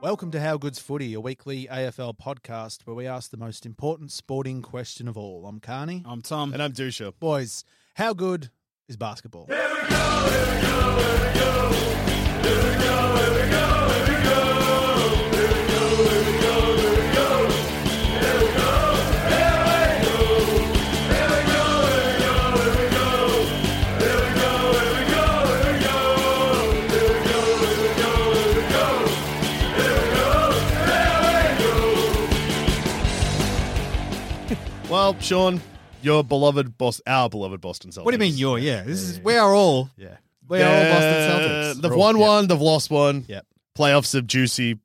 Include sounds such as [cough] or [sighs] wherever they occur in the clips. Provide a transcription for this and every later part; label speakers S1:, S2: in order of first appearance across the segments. S1: Welcome to How Good's Footy, a weekly AFL podcast where we ask the most important sporting question of all. I'm Carney.
S2: I'm Tom.
S3: And I'm Dusha.
S1: Boys, how good is basketball?
S3: Well, Sean, your beloved Bos- our beloved Boston Celtics.
S2: What do you mean you're? Yeah, this is we are all.
S1: Yeah.
S2: We are all Boston
S3: Uh,
S2: Celtics.
S3: They've
S2: We're all-
S3: won
S2: yeah.
S3: one, they've lost one.
S1: Yep.
S3: Playoffs are juicy.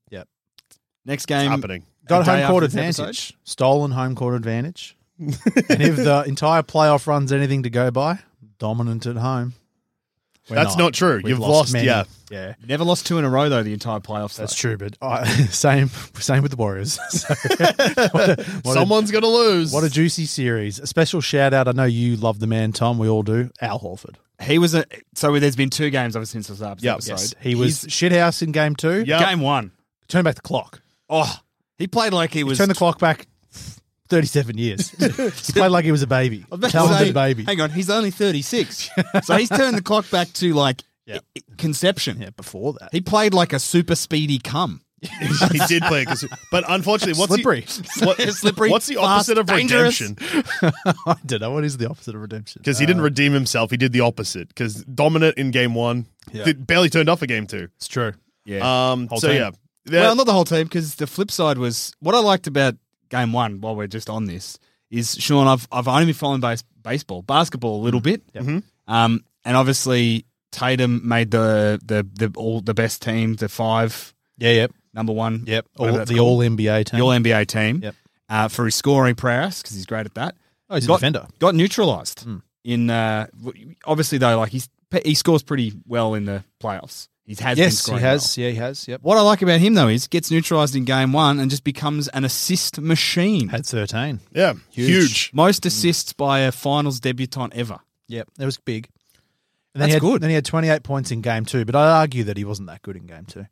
S2: Next
S3: It's
S2: game
S3: happening.
S1: Got
S2: The day
S1: home court
S2: after this
S1: advantage. Stolen home court advantage. and if
S2: [laughs]
S1: the entire playoff run's anything to go by, dominant at home. We're
S3: That's not true.
S1: We've
S3: You've lost,
S1: many.
S3: yeah.
S1: Yeah.
S2: Never lost two in a row though. The entire playoffs.
S1: That's
S2: though.
S1: true, but I, [laughs] same same with the Warriors. [laughs] So, what a- what a-
S3: Someone's going to lose.
S1: What a juicy series. A special shout out. I know you love the man, Tom. We all do. Al Horford.
S2: He was a. So there's been two games ever since this last
S3: Yep.
S2: episode.
S1: Yes. He was shithouse in game two.
S3: Yep.
S2: game one.
S1: Turn back the clock.
S2: Oh, he played like he was.
S1: Turn the clock back 37
S2: [laughs]
S1: years. He's played like he was a baby.
S2: I was about to
S1: Talented
S2: say,
S1: baby.
S2: Hang on, he's only
S3: [laughs]
S2: 36. so he's turned the clock back to like i- i- conception.
S1: Yeah, before that.
S2: He played like a super speedy cum.
S3: [laughs] he did play, because, but unfortunately, what's
S1: Slippery.
S3: The, [laughs] what-
S2: [laughs] Slippery,
S3: What's the
S2: fast,
S3: opposite of
S2: dangerous.
S3: redemption?
S1: [laughs] I don't know. What is the opposite of redemption?
S3: Because he didn't redeem himself, he did the opposite. Because dominant in game one, did- barely turned up for game two.
S1: It's true.
S3: Um,
S1: Whole
S3: so
S1: team.
S3: yeah,
S2: Well, not the whole team, because the flip side was what I liked about game one. While we're just on this, is Sean. I've I've only been following base, baseball, basketball a little bit,
S3: Mm-hmm.
S2: um, and obviously Tatum made the the the all the best team, the five
S1: Yeah, yep.
S2: number one,
S1: Yep.
S2: whatever
S1: All,
S2: that's
S1: the
S2: called.
S1: all NBA team.
S2: the all NBA team,
S1: Yep.
S2: uh, for his scoring prowess because he's great at that.
S1: oh, he's a
S2: got,
S1: defender.
S2: Got neutralized in uh, w- obviously though, like he's he scores pretty well in the playoffs. He has been
S1: Yes, he
S2: scoring
S1: has.
S2: well.
S1: Yeah, he has. Yep.
S2: What I like about him though is gets neutralized in game one and just becomes an assist machine.
S1: Had 13.
S3: yeah, huge.
S2: Most assists by a finals debutant ever.
S1: Yep. That was big. And then
S2: That's
S1: he had,
S2: good.
S1: Then he had 28 points in game two, but I argue that he wasn't that good in game two.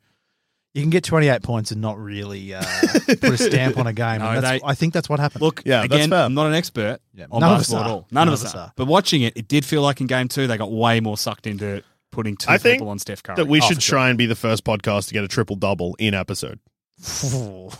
S1: You can get 28 points and not really uh, put a stamp on a [laughs] game.
S2: No,
S1: and that's,
S2: they-
S1: I think that's what happened.
S2: Look,
S3: Yeah, that's
S2: again,
S3: fair.
S2: I'm not an expert
S1: Yeah,
S2: on
S1: none of us
S2: basketball at
S1: are.
S2: all. None, of us, are. But watching it, it did feel like in game two they got way more sucked into putting two
S3: I
S2: people
S3: think
S2: on Steph Curry.
S3: that we
S2: Oh,
S3: should
S2: for
S3: try and be the first podcast to get a triple double in
S2: [laughs]
S3: episode.
S1: Look,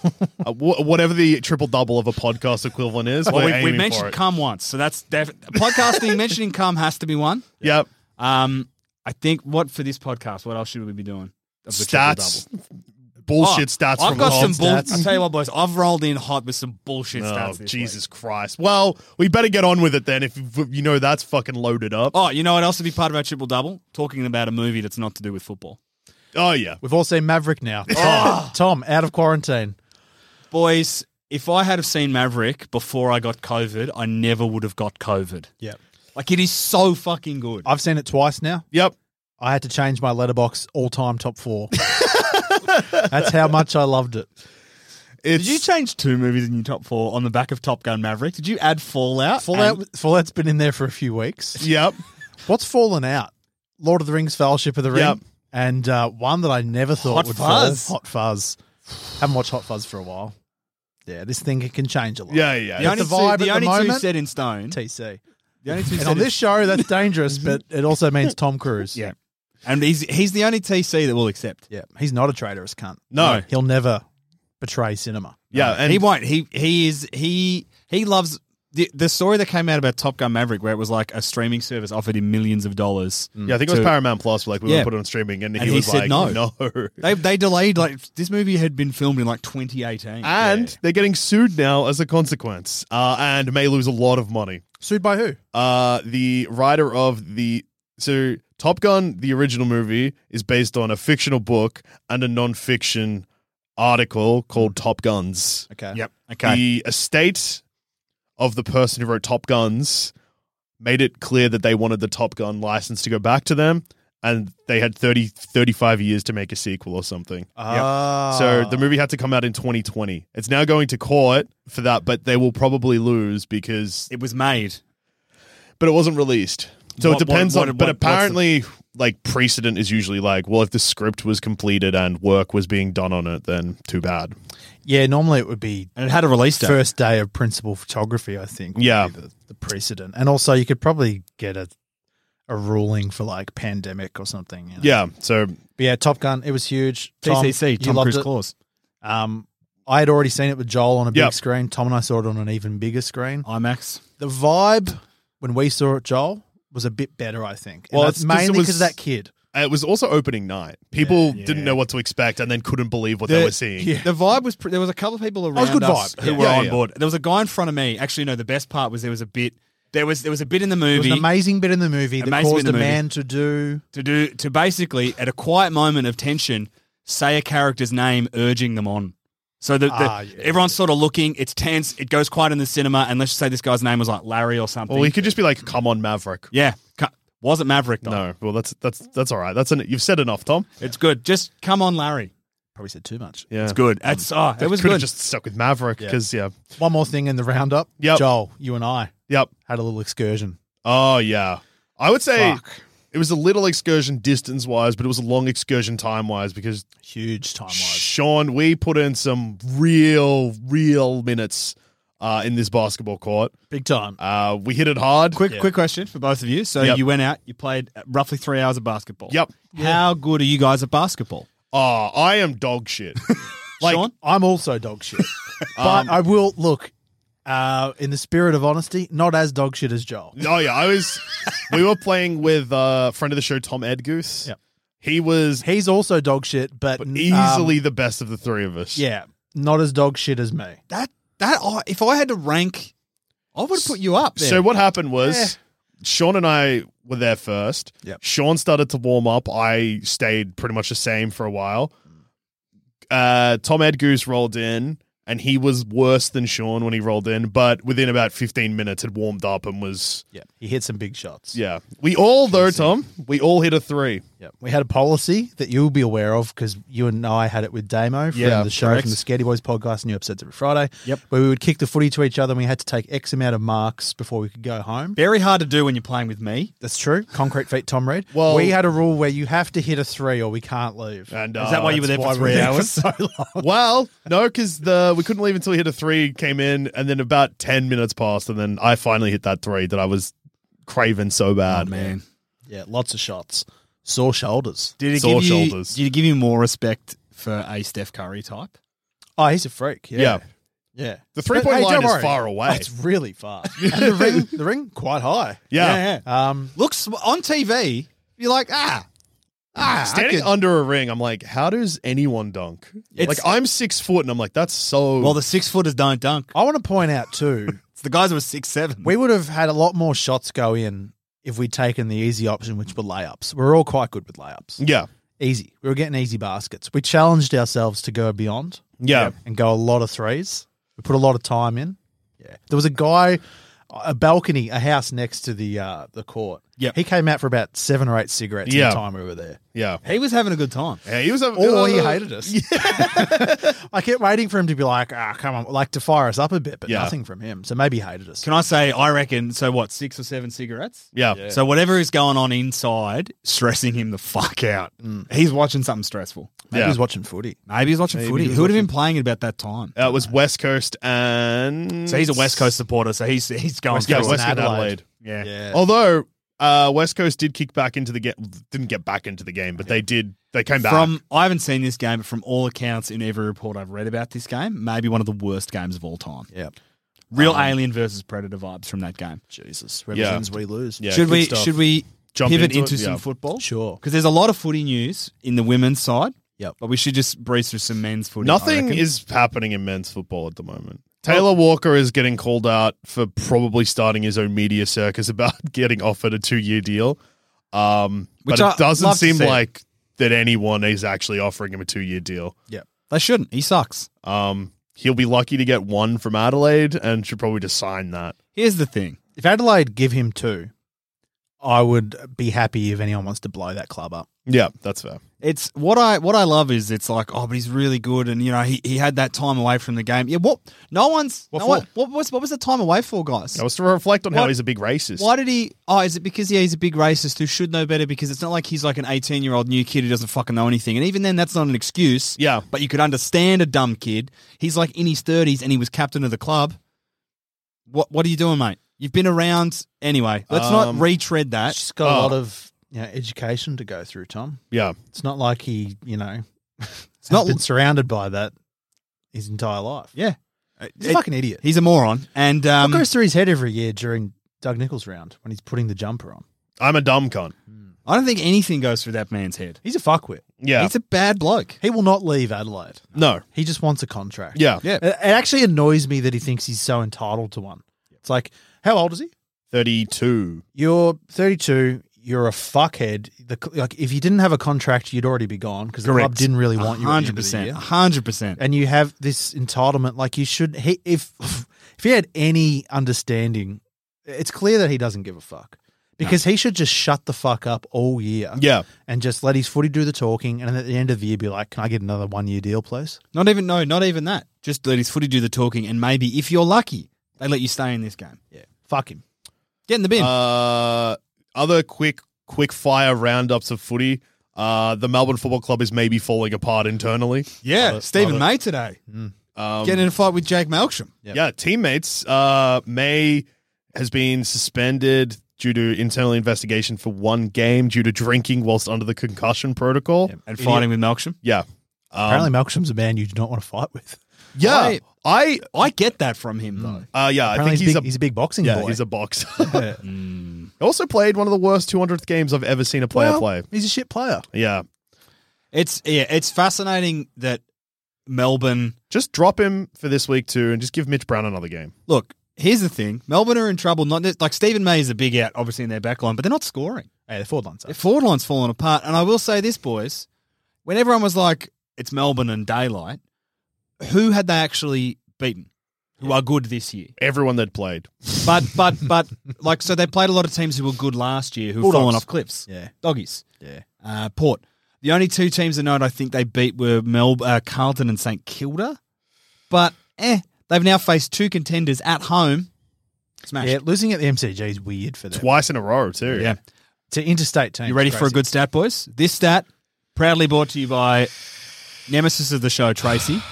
S3: Uh, wh- whatever the triple double of a podcast equivalent is,
S2: Sure. Well,
S3: we're
S2: we, we
S3: aiming for
S2: mentioned
S3: it.
S2: cum once, so that's def-
S3: [laughs]
S2: podcasting. mentioning cum has to be one.
S3: Yep.
S2: Um, I think what for this podcast, what else should we be doing? Of the
S3: Stats.
S2: triple-double?
S3: Bullshit
S2: Oh,
S3: stats.
S2: I've
S3: from
S2: got some
S3: Lance.
S2: bull-
S1: stats.
S2: I tell you what, boys, I've rolled in hot with some bullshit
S3: Oh,
S2: stats. this
S3: Jesus
S2: week.
S3: Christ. Well, we better get on with it then if if you know that's fucking loaded up.
S2: Oh, you know what else would be part of our triple double? Talking about a movie that's not to do with football.
S3: Oh, yeah.
S1: We've all seen Maverick now. Tom, Tom, out of quarantine.
S2: Boys, if I had have seen Maverick before I got COVID, I never would have got COVID.
S1: Yep.
S2: Like it is so fucking good.
S1: I've seen it twice now.
S3: Yep.
S1: I had to change my letterbox all time top four. that's how much I loved it.
S3: It's,
S2: Did you change two movies in your top four on the back of Top Gun Maverick? Did you add Fallout?
S1: Fallout,
S2: And-
S1: Fallout's been in there for a few weeks.
S3: Yep.
S1: What's fallen out? Lord of the Rings, Fellowship of the Ring,
S3: Yep.
S1: and uh, one that I never thought
S2: Hot
S1: would
S2: Fuzz.
S1: fall. Hot Fuzz. Haven't watched Hot Fuzz for a while. Yeah, this thing can change a lot.
S3: Yeah, yeah.
S2: The
S3: yeah.
S2: only,
S1: the vibe
S2: two, the
S1: at the
S2: only two
S1: moment-
S2: set in stone.
S1: TC.
S2: The only two
S1: And
S2: set
S1: on
S2: in-
S1: this show, that's dangerous, but it also means Tom Cruise.
S2: yeah, and he's he's the only TC that will accept.
S1: yeah. He's not a traitorous cunt.
S3: No. No.
S1: he'll never betray cinema.
S3: yeah,
S2: And
S3: and
S2: he won't. He he is he he loves the the story that came out about Top Gun Maverick, where it was like a streaming service offered him millions of dollars.
S3: Mm. yeah, I think it was
S2: to-
S3: Paramount Plus. Like we
S2: Yeah.
S3: were put it on streaming, and,
S2: And
S3: he,
S2: he
S3: was
S2: said
S3: like,
S2: no. [laughs]
S3: no.
S2: They they delayed like this movie had been filmed in like 2018.
S3: And they're getting sued now as a consequence, uh, and may lose a lot of money.
S1: Sued by who?
S3: Uh, the writer of the so Top Gun, the original movie, is based on a fictional book and a non-fiction article called Top Guns.
S1: Okay.
S2: yep. Okay.
S3: The estate of the person who wrote Top Guns made it clear that they wanted the Top Gun license to go back to them, and they had 30, 35 years to make a sequel or something.
S1: Ah.
S3: So the movie had to come out in 2020. It's now going to court for that, but they will probably lose because,
S2: it was made.
S3: but it wasn't released. So
S2: What-
S3: it depends
S2: what- what-
S3: on, but
S2: what- what's the-
S3: apparently, like precedent is usually like, well, if the script was completed and work was being done on it, then too bad.
S1: yeah, normally it would be
S2: And it had a release date.
S1: first day of principal photography. I think. would
S3: Yeah.
S1: be the, the precedent, and also you could probably get a a ruling for like pandemic or something. you know?
S3: Yeah. So
S1: But yeah, Top Gun. It was huge.
S2: TCC,
S1: you
S2: Tom
S1: loved
S2: Cruise
S1: it.
S2: clause.
S1: Um, I had already seen it with Joel on a big
S3: Yep.
S1: screen. Tom and I saw it on an even bigger screen.
S2: IMAX.
S1: The vibe when we saw it, Joel, was a bit better. I think. And
S3: Well,
S1: that's
S3: it's 'cause it
S1: mainly
S3: was-
S1: because of that kid.
S3: it was also opening night. People didn't know what to expect and then couldn't believe what they were seeing.
S2: The vibe was. Pre- there was a couple of people around
S1: was good
S2: us
S1: vibe.
S2: who
S1: Yeah.
S2: were
S3: Yeah,
S2: on
S3: yeah.
S2: board. There was a guy in front of me. Actually, no. The best part was there was a bit. There was there was a bit in the
S1: It was
S2: movie
S1: an amazing bit in the movie that
S2: Amazing bit
S1: caused
S2: in the
S1: a
S2: movie.
S1: man to do.
S2: to do to basically at a quiet moment of tension say a character's name, urging them on. So the, the,
S1: Ah, yeah.
S2: everyone's sort of looking. It's tense. It goes quiet in the cinema. And let's just say this guy's name was like Larry or something.
S3: Or we could just be like, come on, Maverick.
S2: yeah. Cu- Wasn't Maverick though.
S3: No, well, that's that's that's all right. That's an, you've said enough, Tom.
S2: It's good. Just come on, Larry.
S1: Probably said too much.
S3: Yeah,
S2: It's good. It's oh, it was
S3: could
S2: good.
S3: have just stuck with Maverick because yeah,
S1: One more thing in the roundup.
S3: Yep.
S1: Joel, you and I
S3: yep.
S1: had a little excursion.
S3: Oh yeah, I would say
S1: Fuck.
S3: it was a little excursion distance wise, but it was a long excursion time wise because
S1: Huge time wise.
S3: Sean, we put in some real, real minutes uh, in this basketball court.
S1: Big time.
S3: Uh, we hit it hard.
S2: Quick, quick question for both of you. So
S3: Yep.
S2: you went out, you played roughly three hours of basketball.
S3: Yep.
S2: How good are you guys at basketball?
S3: Oh, I am dog shit. Um, like,
S2: Sean?
S1: I'm also dog shit. [laughs] but I will look, uh, in the spirit of honesty, not as dog shit as Joel.
S3: Oh yeah, I was. we were playing with a uh, friend of the show, Tom Edgoose.
S1: Yep.
S3: He was
S1: He's also dog shit, but, um,
S3: easily the best of the three of us.
S1: yeah, not as dog shit as me.
S2: That that I if I had to rank, I would put you up there.
S3: So what happened was Sean and I were there first.
S1: Yep.
S3: Sean started to warm up. I stayed pretty much the same for a while. Uh, Tom Edgoose rolled in, and he was worse than Sean when he rolled in, but within about 15 minutes had warmed up and was
S1: Yeah, he hit some big shots.
S3: yeah. We all though, Tom, we all hit a three.
S1: Yeah. We had a policy that you'll be aware of because you and I had it with Damo from
S3: Yeah,
S1: the show
S3: correct.
S1: from the Scaredy Boys podcast, new episodes every Friday.
S2: Yep.
S1: Where we would kick the footy to each other and we had to take X amount of marks before we could go home.
S2: very hard to do when you're playing with me.
S1: That's true. Concrete feet, Tom Reed.
S3: Well-
S1: we had a rule where you have to hit a three or we can't leave.
S3: And uh,
S2: Is that why you were there
S3: that's
S2: for three
S3: there
S2: hours? [laughs]
S3: so long. well, no, because the we couldn't leave until he hit a three. Came in, and then about ten minutes passed, and then I finally hit that three that I was craving so
S2: Oh,
S3: bad.
S1: yeah, lots of shots. Sore shoulders.
S2: Did it
S3: Sore
S2: give you,
S3: shoulders.
S2: Did it give you more respect for a Steph Curry type?
S1: Oh, he's a freak. Yeah.
S3: Yeah.
S1: Yeah.
S3: The three-point
S1: don't
S3: line is
S1: worry. Oh,
S3: far away.
S1: It's really
S3: [laughs]
S1: far. and the ring, the ring, quite high.
S3: Yeah.
S1: Um,
S2: Uh, Looks on TV, you're like ah ah. I
S3: Standing
S2: could-
S3: under a ring, I'm like, how does anyone dunk?
S2: It's-
S3: like, I'm six foot, and I'm like, that's so.
S2: well, the six footers don't dunk.
S1: I want to point out too,
S2: It's the guys that were six seven.
S1: we would have had a lot more shots go in if we'd taken the easy option, which were layups. We're all quite good with layups.
S3: yeah,
S1: Easy. We were getting easy baskets. We challenged ourselves to go beyond.
S3: yeah,
S1: and go a lot of threes. We put a lot of time in. Yeah. There was a guy, a balcony, a house next to the uh, the court.
S2: Yep.
S1: He came out for about seven or eight cigarettes
S3: Yeah.
S1: in the time we were there.
S3: Yeah.
S2: He was having a good time.
S3: Yeah, he was a, uh,
S1: Or he hated us. I kept waiting for him to be like, ah, come on, like to fire us up a bit, but
S3: Yeah.
S1: nothing from him. So maybe he hated us.
S2: Can I say, I reckon, so what, six or seven cigarettes?
S3: Yeah.
S2: So whatever is going on inside, stressing him the fuck out. He's watching something stressful.
S1: maybe
S3: yeah.
S1: he was watching footy.
S2: Maybe he's watching footy. Who would have been playing it about that time?
S3: Uh, it was West Coast and
S2: so he's a West Coast supporter, so he's he's going
S1: West
S3: Yeah,
S1: Coast
S2: through it.
S3: West
S1: and
S3: Coast Adelaide.
S1: Adelaide.
S2: Yeah.
S1: Yeah.
S3: Although uh, West Coast did kick back into the game, didn't get back into the game, but they did. They came back.
S2: From I haven't seen this game, but from all accounts in every report I've read about this game, maybe one of the worst games of all time.
S1: Yeah.
S3: Um,
S2: Real Alien versus Predator vibes from that game.
S1: Jesus. Whoever wins, we lose.
S3: Yeah,
S2: should
S3: good
S2: we
S3: stuff.
S2: should we
S3: Jump
S2: pivot
S3: into
S2: into,
S3: it?
S2: some
S3: Yeah.
S2: football?
S1: Sure.
S2: because there's a lot of footy news in the women's side.
S1: Yep.
S2: but we should just breeze through some men's footy. I
S3: Nothing
S2: reckon. Oh.
S3: is happening in men's football at the moment. Taylor Walker is getting called out for probably starting his own media circus [laughs] about getting offered a two-year deal. Um, but
S2: Which
S3: it
S2: I
S3: doesn't
S2: love to
S3: seem
S2: see it.
S3: like that anyone is actually offering him a two-year deal.
S1: Yeah.
S2: They shouldn't. He sucks.
S3: Um, he'll be lucky to get one from Adelaide and should probably just sign that.
S2: Here's the thing.
S1: If Adelaide give him two, I would be happy if anyone wants to blow that club up.
S3: Yeah, that's fair.
S2: It's what I what I love is it's like oh, but he's really good, and you know he, he had that time away from the game. Yeah, what? No one's
S3: What
S2: what
S3: for?
S2: what, what was what was the time away for, guys?
S3: That was to reflect on how
S2: What-
S3: he's a big racist.
S2: Why did he? Oh, is it because yeah, he's a big racist who should know better? Because it's not like he's like an eighteen-year-old new kid who doesn't fucking know anything. And even then, that's not an excuse.
S3: Yeah.
S2: but you could understand a dumb kid. He's like in his thirties and he was captain of the club. What What are you doing, mate? You've been around anyway. Let's
S3: Um,
S2: not retread that.
S1: She's got a
S3: Oh.
S1: lot of you know, education to go through, Tom.
S3: Yeah.
S1: It's not like he, you know, it's
S2: not-
S1: not been surrounded by that his entire life.
S2: yeah,
S1: He's a fucking idiot.
S2: he's a moron. And um,
S1: what goes through his head every year during Doug Nichols' round when he's putting the jumper on?
S3: I'm a dumb cunt.
S2: I don't think anything goes through that man's head.
S1: He's a fuckwit.
S3: Yeah.
S2: He's a bad bloke.
S1: He will not leave Adelaide.
S3: no.
S1: He just wants a contract.
S3: Yeah.
S2: Yeah.
S1: It it actually annoys me that he thinks he's so entitled to one. It's like, how old is he?
S3: 32.
S1: You're 32. You're a fuckhead. The, cl- like, if you didn't have a contract, you'd already be gone because the club didn't really want you. at the end of the year.
S2: 100%. 100%.
S1: and you have this entitlement. Like you should, he, if if he had any understanding, it's clear that he doesn't give a fuck because he should just shut the fuck up all year.
S3: Yeah.
S1: and just let his footy do the talking, and at the end of the year, be like, "Can I get another one year deal, please?"
S2: Not even no, not even that. Just let his footy do the talking, and maybe if you're lucky, they let you stay in this game.
S1: Yeah, fuck him.
S2: Get in the bin.
S3: [laughs] Uh, other quick, quick fire roundups of footy. Uh, the Melbourne Football Club is maybe falling apart internally.
S2: yeah, Stephen
S3: love
S2: May today
S3: Um,
S2: getting in a fight with Jake Malcolm.
S3: Yeah, teammates. Uh, May has been suspended due to internal investigation for one game due to drinking whilst under the concussion protocol.
S2: and fighting with Malcolm.
S3: Yeah. Um,
S1: Apparently, Malcolm's a man you do not want to fight with.
S3: Yeah. I,
S2: I get that from him though.
S3: uh, yeah, I
S1: Apparently,
S3: think
S1: he's,
S3: he's,
S1: big,
S3: a,
S1: he's a big boxing
S3: [laughs] yeah,
S1: boy.
S3: he's
S1: [laughs]
S3: a boxer.
S2: Mm.
S3: He also played one of the worst 200th games I've ever seen a player
S1: Well,
S3: play.
S1: He's a shit player.
S3: Yeah.
S2: It's yeah, it's fascinating that Melbourne.
S3: Just drop him for this week too and just give Mitch Brown another game.
S2: Look, here's the thing: Melbourne are in trouble. Not like Stephen May is a big out, obviously in their back line, but they're not scoring.
S1: Hey, the forward line's up.
S2: Their forward line's falling apart. And I will say this, boys, when everyone was like, it's Melbourne and daylight, who had they actually beaten? Who are good this year?
S3: Everyone that played.
S2: But but but like so they played a lot of teams who were good last year who've
S1: Bulldogs.
S2: fallen off cliffs.
S1: Yeah.
S2: Doggies.
S1: Yeah.
S2: Uh, Port. The only two teams of note I think they beat were Mel uh, Carlton and St Kilda. But eh, they've now faced two contenders at home. Smash.
S1: Yeah, losing at the MCG is weird for them.
S3: Twice in a row too.
S2: yeah.
S1: to interstate teams.
S2: You ready
S1: it's
S2: for a
S1: crazy.
S2: good stat, boys? This stat, proudly brought to you by nemesis of the show, Tracy,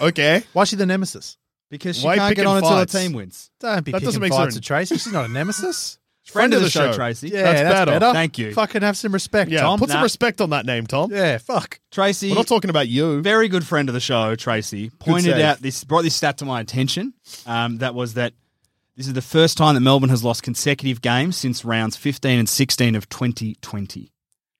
S3: Okay.
S1: Why is she the nemesis?
S2: because she
S3: Why
S2: can't
S3: picking
S2: get on until
S3: fights?
S2: her team wins.
S1: Don't be
S3: That
S1: picking
S3: doesn't make
S1: fights
S3: sense.
S1: with Tracy. She's not a [laughs] nemesis.
S2: Friend, of the, show, Tracy.
S1: Yeah,
S3: That's
S1: that's,
S3: better.
S1: better.
S2: Thank you.
S1: Fucking have some respect,
S3: Yeah.
S1: Tom.
S3: Put some
S2: Nah.
S3: respect on that name, Tom.
S1: yeah, fuck.
S2: Tracy,
S3: We're not talking about you.
S2: very good friend of the show, Tracy, pointed
S3: save.
S2: out this, brought this stat to my attention. Um, that was that this is the first time that Melbourne has lost consecutive games since rounds 15 and 16 of 2020.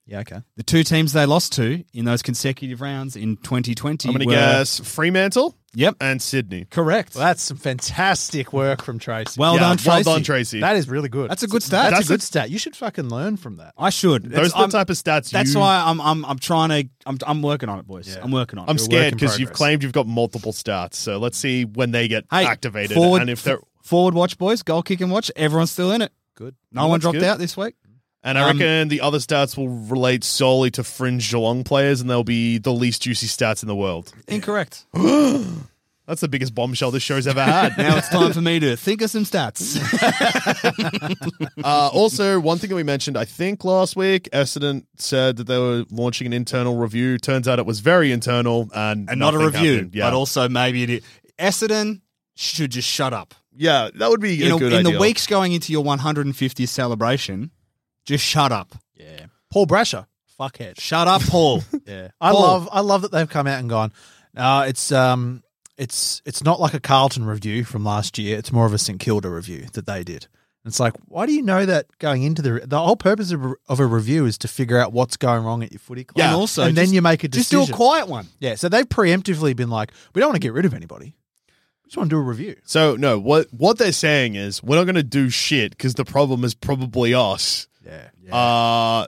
S1: Yeah, okay.
S2: The two teams they lost to in those consecutive rounds in 2020
S3: I'm going to
S2: were-
S3: guess Fremantle
S2: uh, Yep,
S3: and Sydney.
S2: correct.
S1: Well, that's some fantastic work from Tracy.
S2: well,
S3: Yeah,
S2: done,
S3: Well
S2: Tracy.
S3: done, Tracy.
S1: that is really good.
S2: That's a good stat.
S1: That's,
S3: That's
S1: a good
S3: a-
S1: stat. You should fucking learn from that.
S2: I should.
S3: Those
S2: It's-
S3: are
S2: I'm-
S3: the type of stats
S2: That's
S3: you-
S2: why I'm I'm I'm trying to I'm I'm working on it, boys. I'm working on it.
S3: I'm scared
S1: in
S3: because you've
S1: progress.
S3: claimed you've got multiple starts. So let's see when they get
S2: Hey,
S3: activated
S2: forward,
S3: and if they're
S2: forward watch, boys, goal kick and watch. Everyone's still in it.
S1: good.
S2: No
S3: Well,
S2: one
S3: that's
S2: dropped
S3: good.
S2: out this week.
S3: And I
S2: Um,
S3: reckon the other stats will relate solely to fringe Geelong players, and they'll be the least juicy stats in the world. [laughs]
S2: Incorrect.
S3: That's the biggest bombshell this show's ever had.
S2: now it's time for me to think of some stats.
S3: uh, also, one thing that we mentioned, I think last week, Essendon said that they were launching an internal review. Turns out it was very internal [laughs] and,
S2: and not a
S3: nothing
S2: review,
S3: happened. Yeah.
S2: but also maybe it is. Essendon should just shut up.
S3: yeah, that would be
S2: In,
S3: a,
S2: a-
S3: good
S2: in the
S3: idea.
S2: weeks going into your 150th celebration, just shut up.
S1: Yeah. Paul Brasher. Fuckhead.
S2: Shut
S3: [laughs]
S2: up, Paul.
S1: Yeah. I
S2: Paul.
S1: love I love that they've come out and gone. Uh, it's um it's it's not like a Carlton review from last year. It's more of a St Kilda review that they did. It's like, why do you know that going into the the whole purpose of, a- of a review is to figure out what's going wrong at your footy club,
S2: and also,
S1: and
S2: just-
S1: then you make a
S2: just
S1: decision.
S2: do a quiet one.
S1: Yeah, so they've preemptively been like, we don't want to get rid of anybody. We just want to do a review.
S3: So no, what what they're saying is we're not going to do shit because the problem is probably us.
S1: Yeah.
S3: Uh,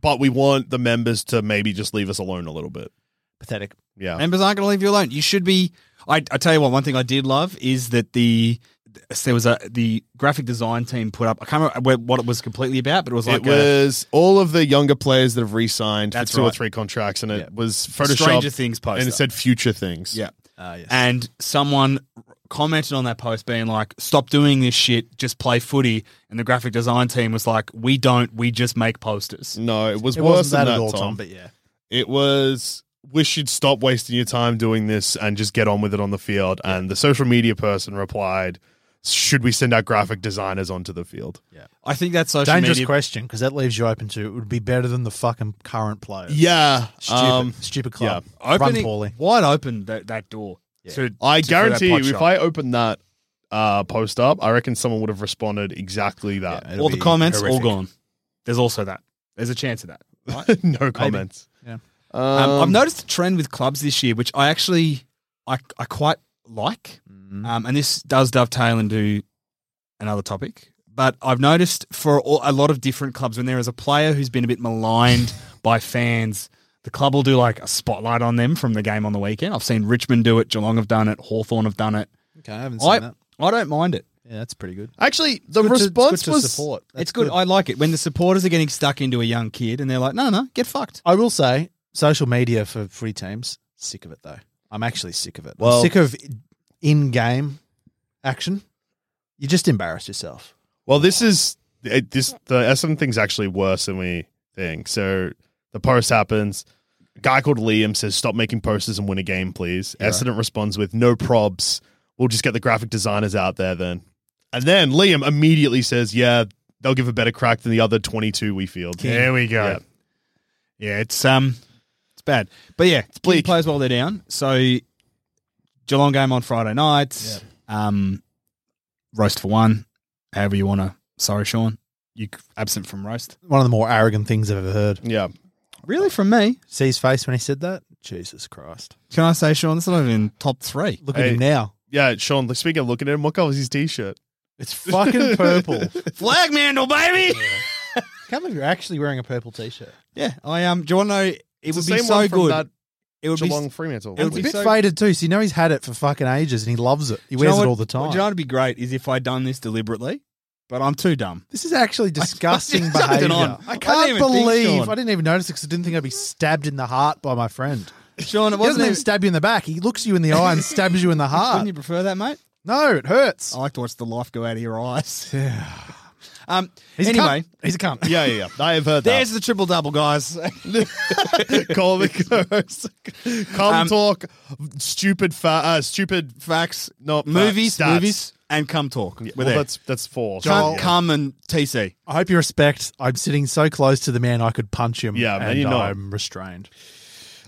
S3: but we want the members to maybe just leave us alone a little bit.
S1: Pathetic.
S3: Yeah.
S2: Members aren't going to leave you alone. You should be. I, I tell you what. One thing I did love is that the there was a the graphic design team put up. I can't remember where- what it was completely about, but it was like
S3: it
S2: a,
S3: was all of the younger players that have re-signed for
S2: That's
S3: two or
S2: right.
S3: three contracts, and it
S1: Yeah.
S3: was Photoshop
S2: Stranger Things poster.
S3: and it said future things.
S2: yeah.
S1: Uh, yes.
S2: And someone commented on that post being like, stop doing this shit, just play footy. And the graphic design team was like, we don't, we just make posters.
S3: No, it was
S1: it
S3: worse
S1: wasn't that
S3: than
S1: at
S3: that,
S1: all,
S3: Tom.
S1: Tom, but yeah.
S3: it was wish you'd stop wasting your time doing this and just get on with it on the field. And the social media person replied, "Should we send our graphic designers onto the field?"
S2: I think that's social
S1: Dangerous
S2: media.
S1: question because that leaves you open to it would be better than the fucking current players.
S3: Yeah, um,
S1: Stupid. Stupid club.
S3: yeah.
S1: Run
S2: Um, Opening,
S1: poorly.
S2: wide open that, that door. to-
S3: I
S2: to throw that
S3: guarantee you,
S2: pot
S3: if
S2: shot.
S3: I opened that uh, post up, I reckon someone would have responded exactly that. [laughs]
S1: Yeah, it'll
S2: all the
S1: be
S2: comments,
S1: horrific.
S2: all gone. There's also that. There's a chance of that.
S3: no comments.
S1: Yeah.
S2: Um, I've noticed a trend with clubs this year, which I actually I, I quite like,
S1: Mm-hmm.
S2: um, and this does dovetail into another topic. But I've noticed for all, a lot of different clubs, when there is a player who's been a bit
S1: [laughs]
S2: maligned by fans, the club will do like a spotlight on them from the game on the weekend. I've seen Richmond do it, Geelong have done it, Hawthorn have done it.
S1: Okay, I Uh, haven't seen
S2: I,
S1: that.
S2: I don't mind it.
S1: Yeah, that's pretty good.
S3: Actually, the
S1: good to- it's
S3: response
S1: good to
S3: was
S1: support. That's
S2: it's good.
S1: good.
S2: I like it when the supporters are getting stuck into a young kid and they're like, no, no, get fucked.
S1: I will say, social media for free teams, sick of it though. I'm actually sick of it.
S3: Well-
S1: I'm sick of in-game action. You just embarrass yourself.
S3: Well, this is it, this the Essendon thing's actually worse than we think. So the post happens. A guy called Liam says, "Stop making posters and win a game, please." Essendon responds with, "No probs. We'll just get the graphic designers out there then." And then Liam immediately says, "Yeah, they'll give a better crack than the other twenty-two we field."
S2: There we go.
S3: Yeah.
S2: Yeah, it's um, it's bad. But yeah, it's
S3: bleak.
S2: plays while they're down. So Geelong game on Friday night. Um, roast for one, however you want to. Sorry, Sean, you c- absent from roast.
S1: One of the more arrogant things I've ever heard.
S3: Yeah.
S2: Really, from me?
S1: See his face when he said that? Jesus Christ.
S2: Can I say, Sean? That's not even top three.
S1: Look at
S3: Hey.
S1: him now.
S3: Yeah, Sean, speaking of looking at him, what color was his t-shirt?
S1: It's [laughs] [laughs] fucking purple.
S2: Flag mandel, baby.
S1: Can't believe you're actually wearing a purple t-shirt.
S2: yeah, I um. Do you want to know? It
S3: It's
S2: would
S3: the
S2: be
S3: same one
S2: so
S3: from
S2: good.
S3: that
S2: it would be.
S3: Geelong
S2: s-
S3: Fremantle.
S2: it would
S1: It's
S3: wasn't
S1: a
S2: be
S1: bit
S2: so-
S1: faded too, so you know he's had it for fucking ages and he loves it. He
S2: Do you know
S1: wears it
S2: what-
S1: all the time.
S2: Do you know what would be great is if I'd done this deliberately, but I'm too dumb.
S1: This is actually disgusting
S2: just jumped it
S1: behavior.
S2: on.
S1: I
S2: I can't
S1: can't
S2: even think,
S1: believe
S2: Sean.
S1: I didn't even notice it because I didn't think I'd be stabbed in the heart by my friend.
S2: Sean, it
S1: He doesn't
S2: wasn't
S1: even
S2: even.
S1: stab you in the back. He looks you in the eye and stabs you in the
S2: Wouldn't
S1: heart.
S2: you Oh, prefer that, mate?
S1: No, it hurts.
S2: I like to watch the life go out of your
S3: [laughs]
S2: eyes. Yeah. Um. anyway,
S1: a cunt. he's a cunt.
S3: Yeah, yeah, yeah. I have heard that.
S2: there's the triple double, guys. [laughs]
S3: Call the [laughs] co-host. Come
S2: [laughs] Um,
S3: talk stupid fa- uh, stupid
S2: Facts,
S3: No, fa-
S2: movies,
S3: stats.
S2: movies, and come talk.
S3: Yeah,
S2: We're
S3: well,
S2: there.
S3: that's that's four.
S2: come,
S3: Yeah.
S2: come and TC.
S1: [laughs] I hope you respect. I'm sitting so close to the man I could punch him.
S3: Yeah, man,
S1: and
S3: you know.
S1: I'm restrained.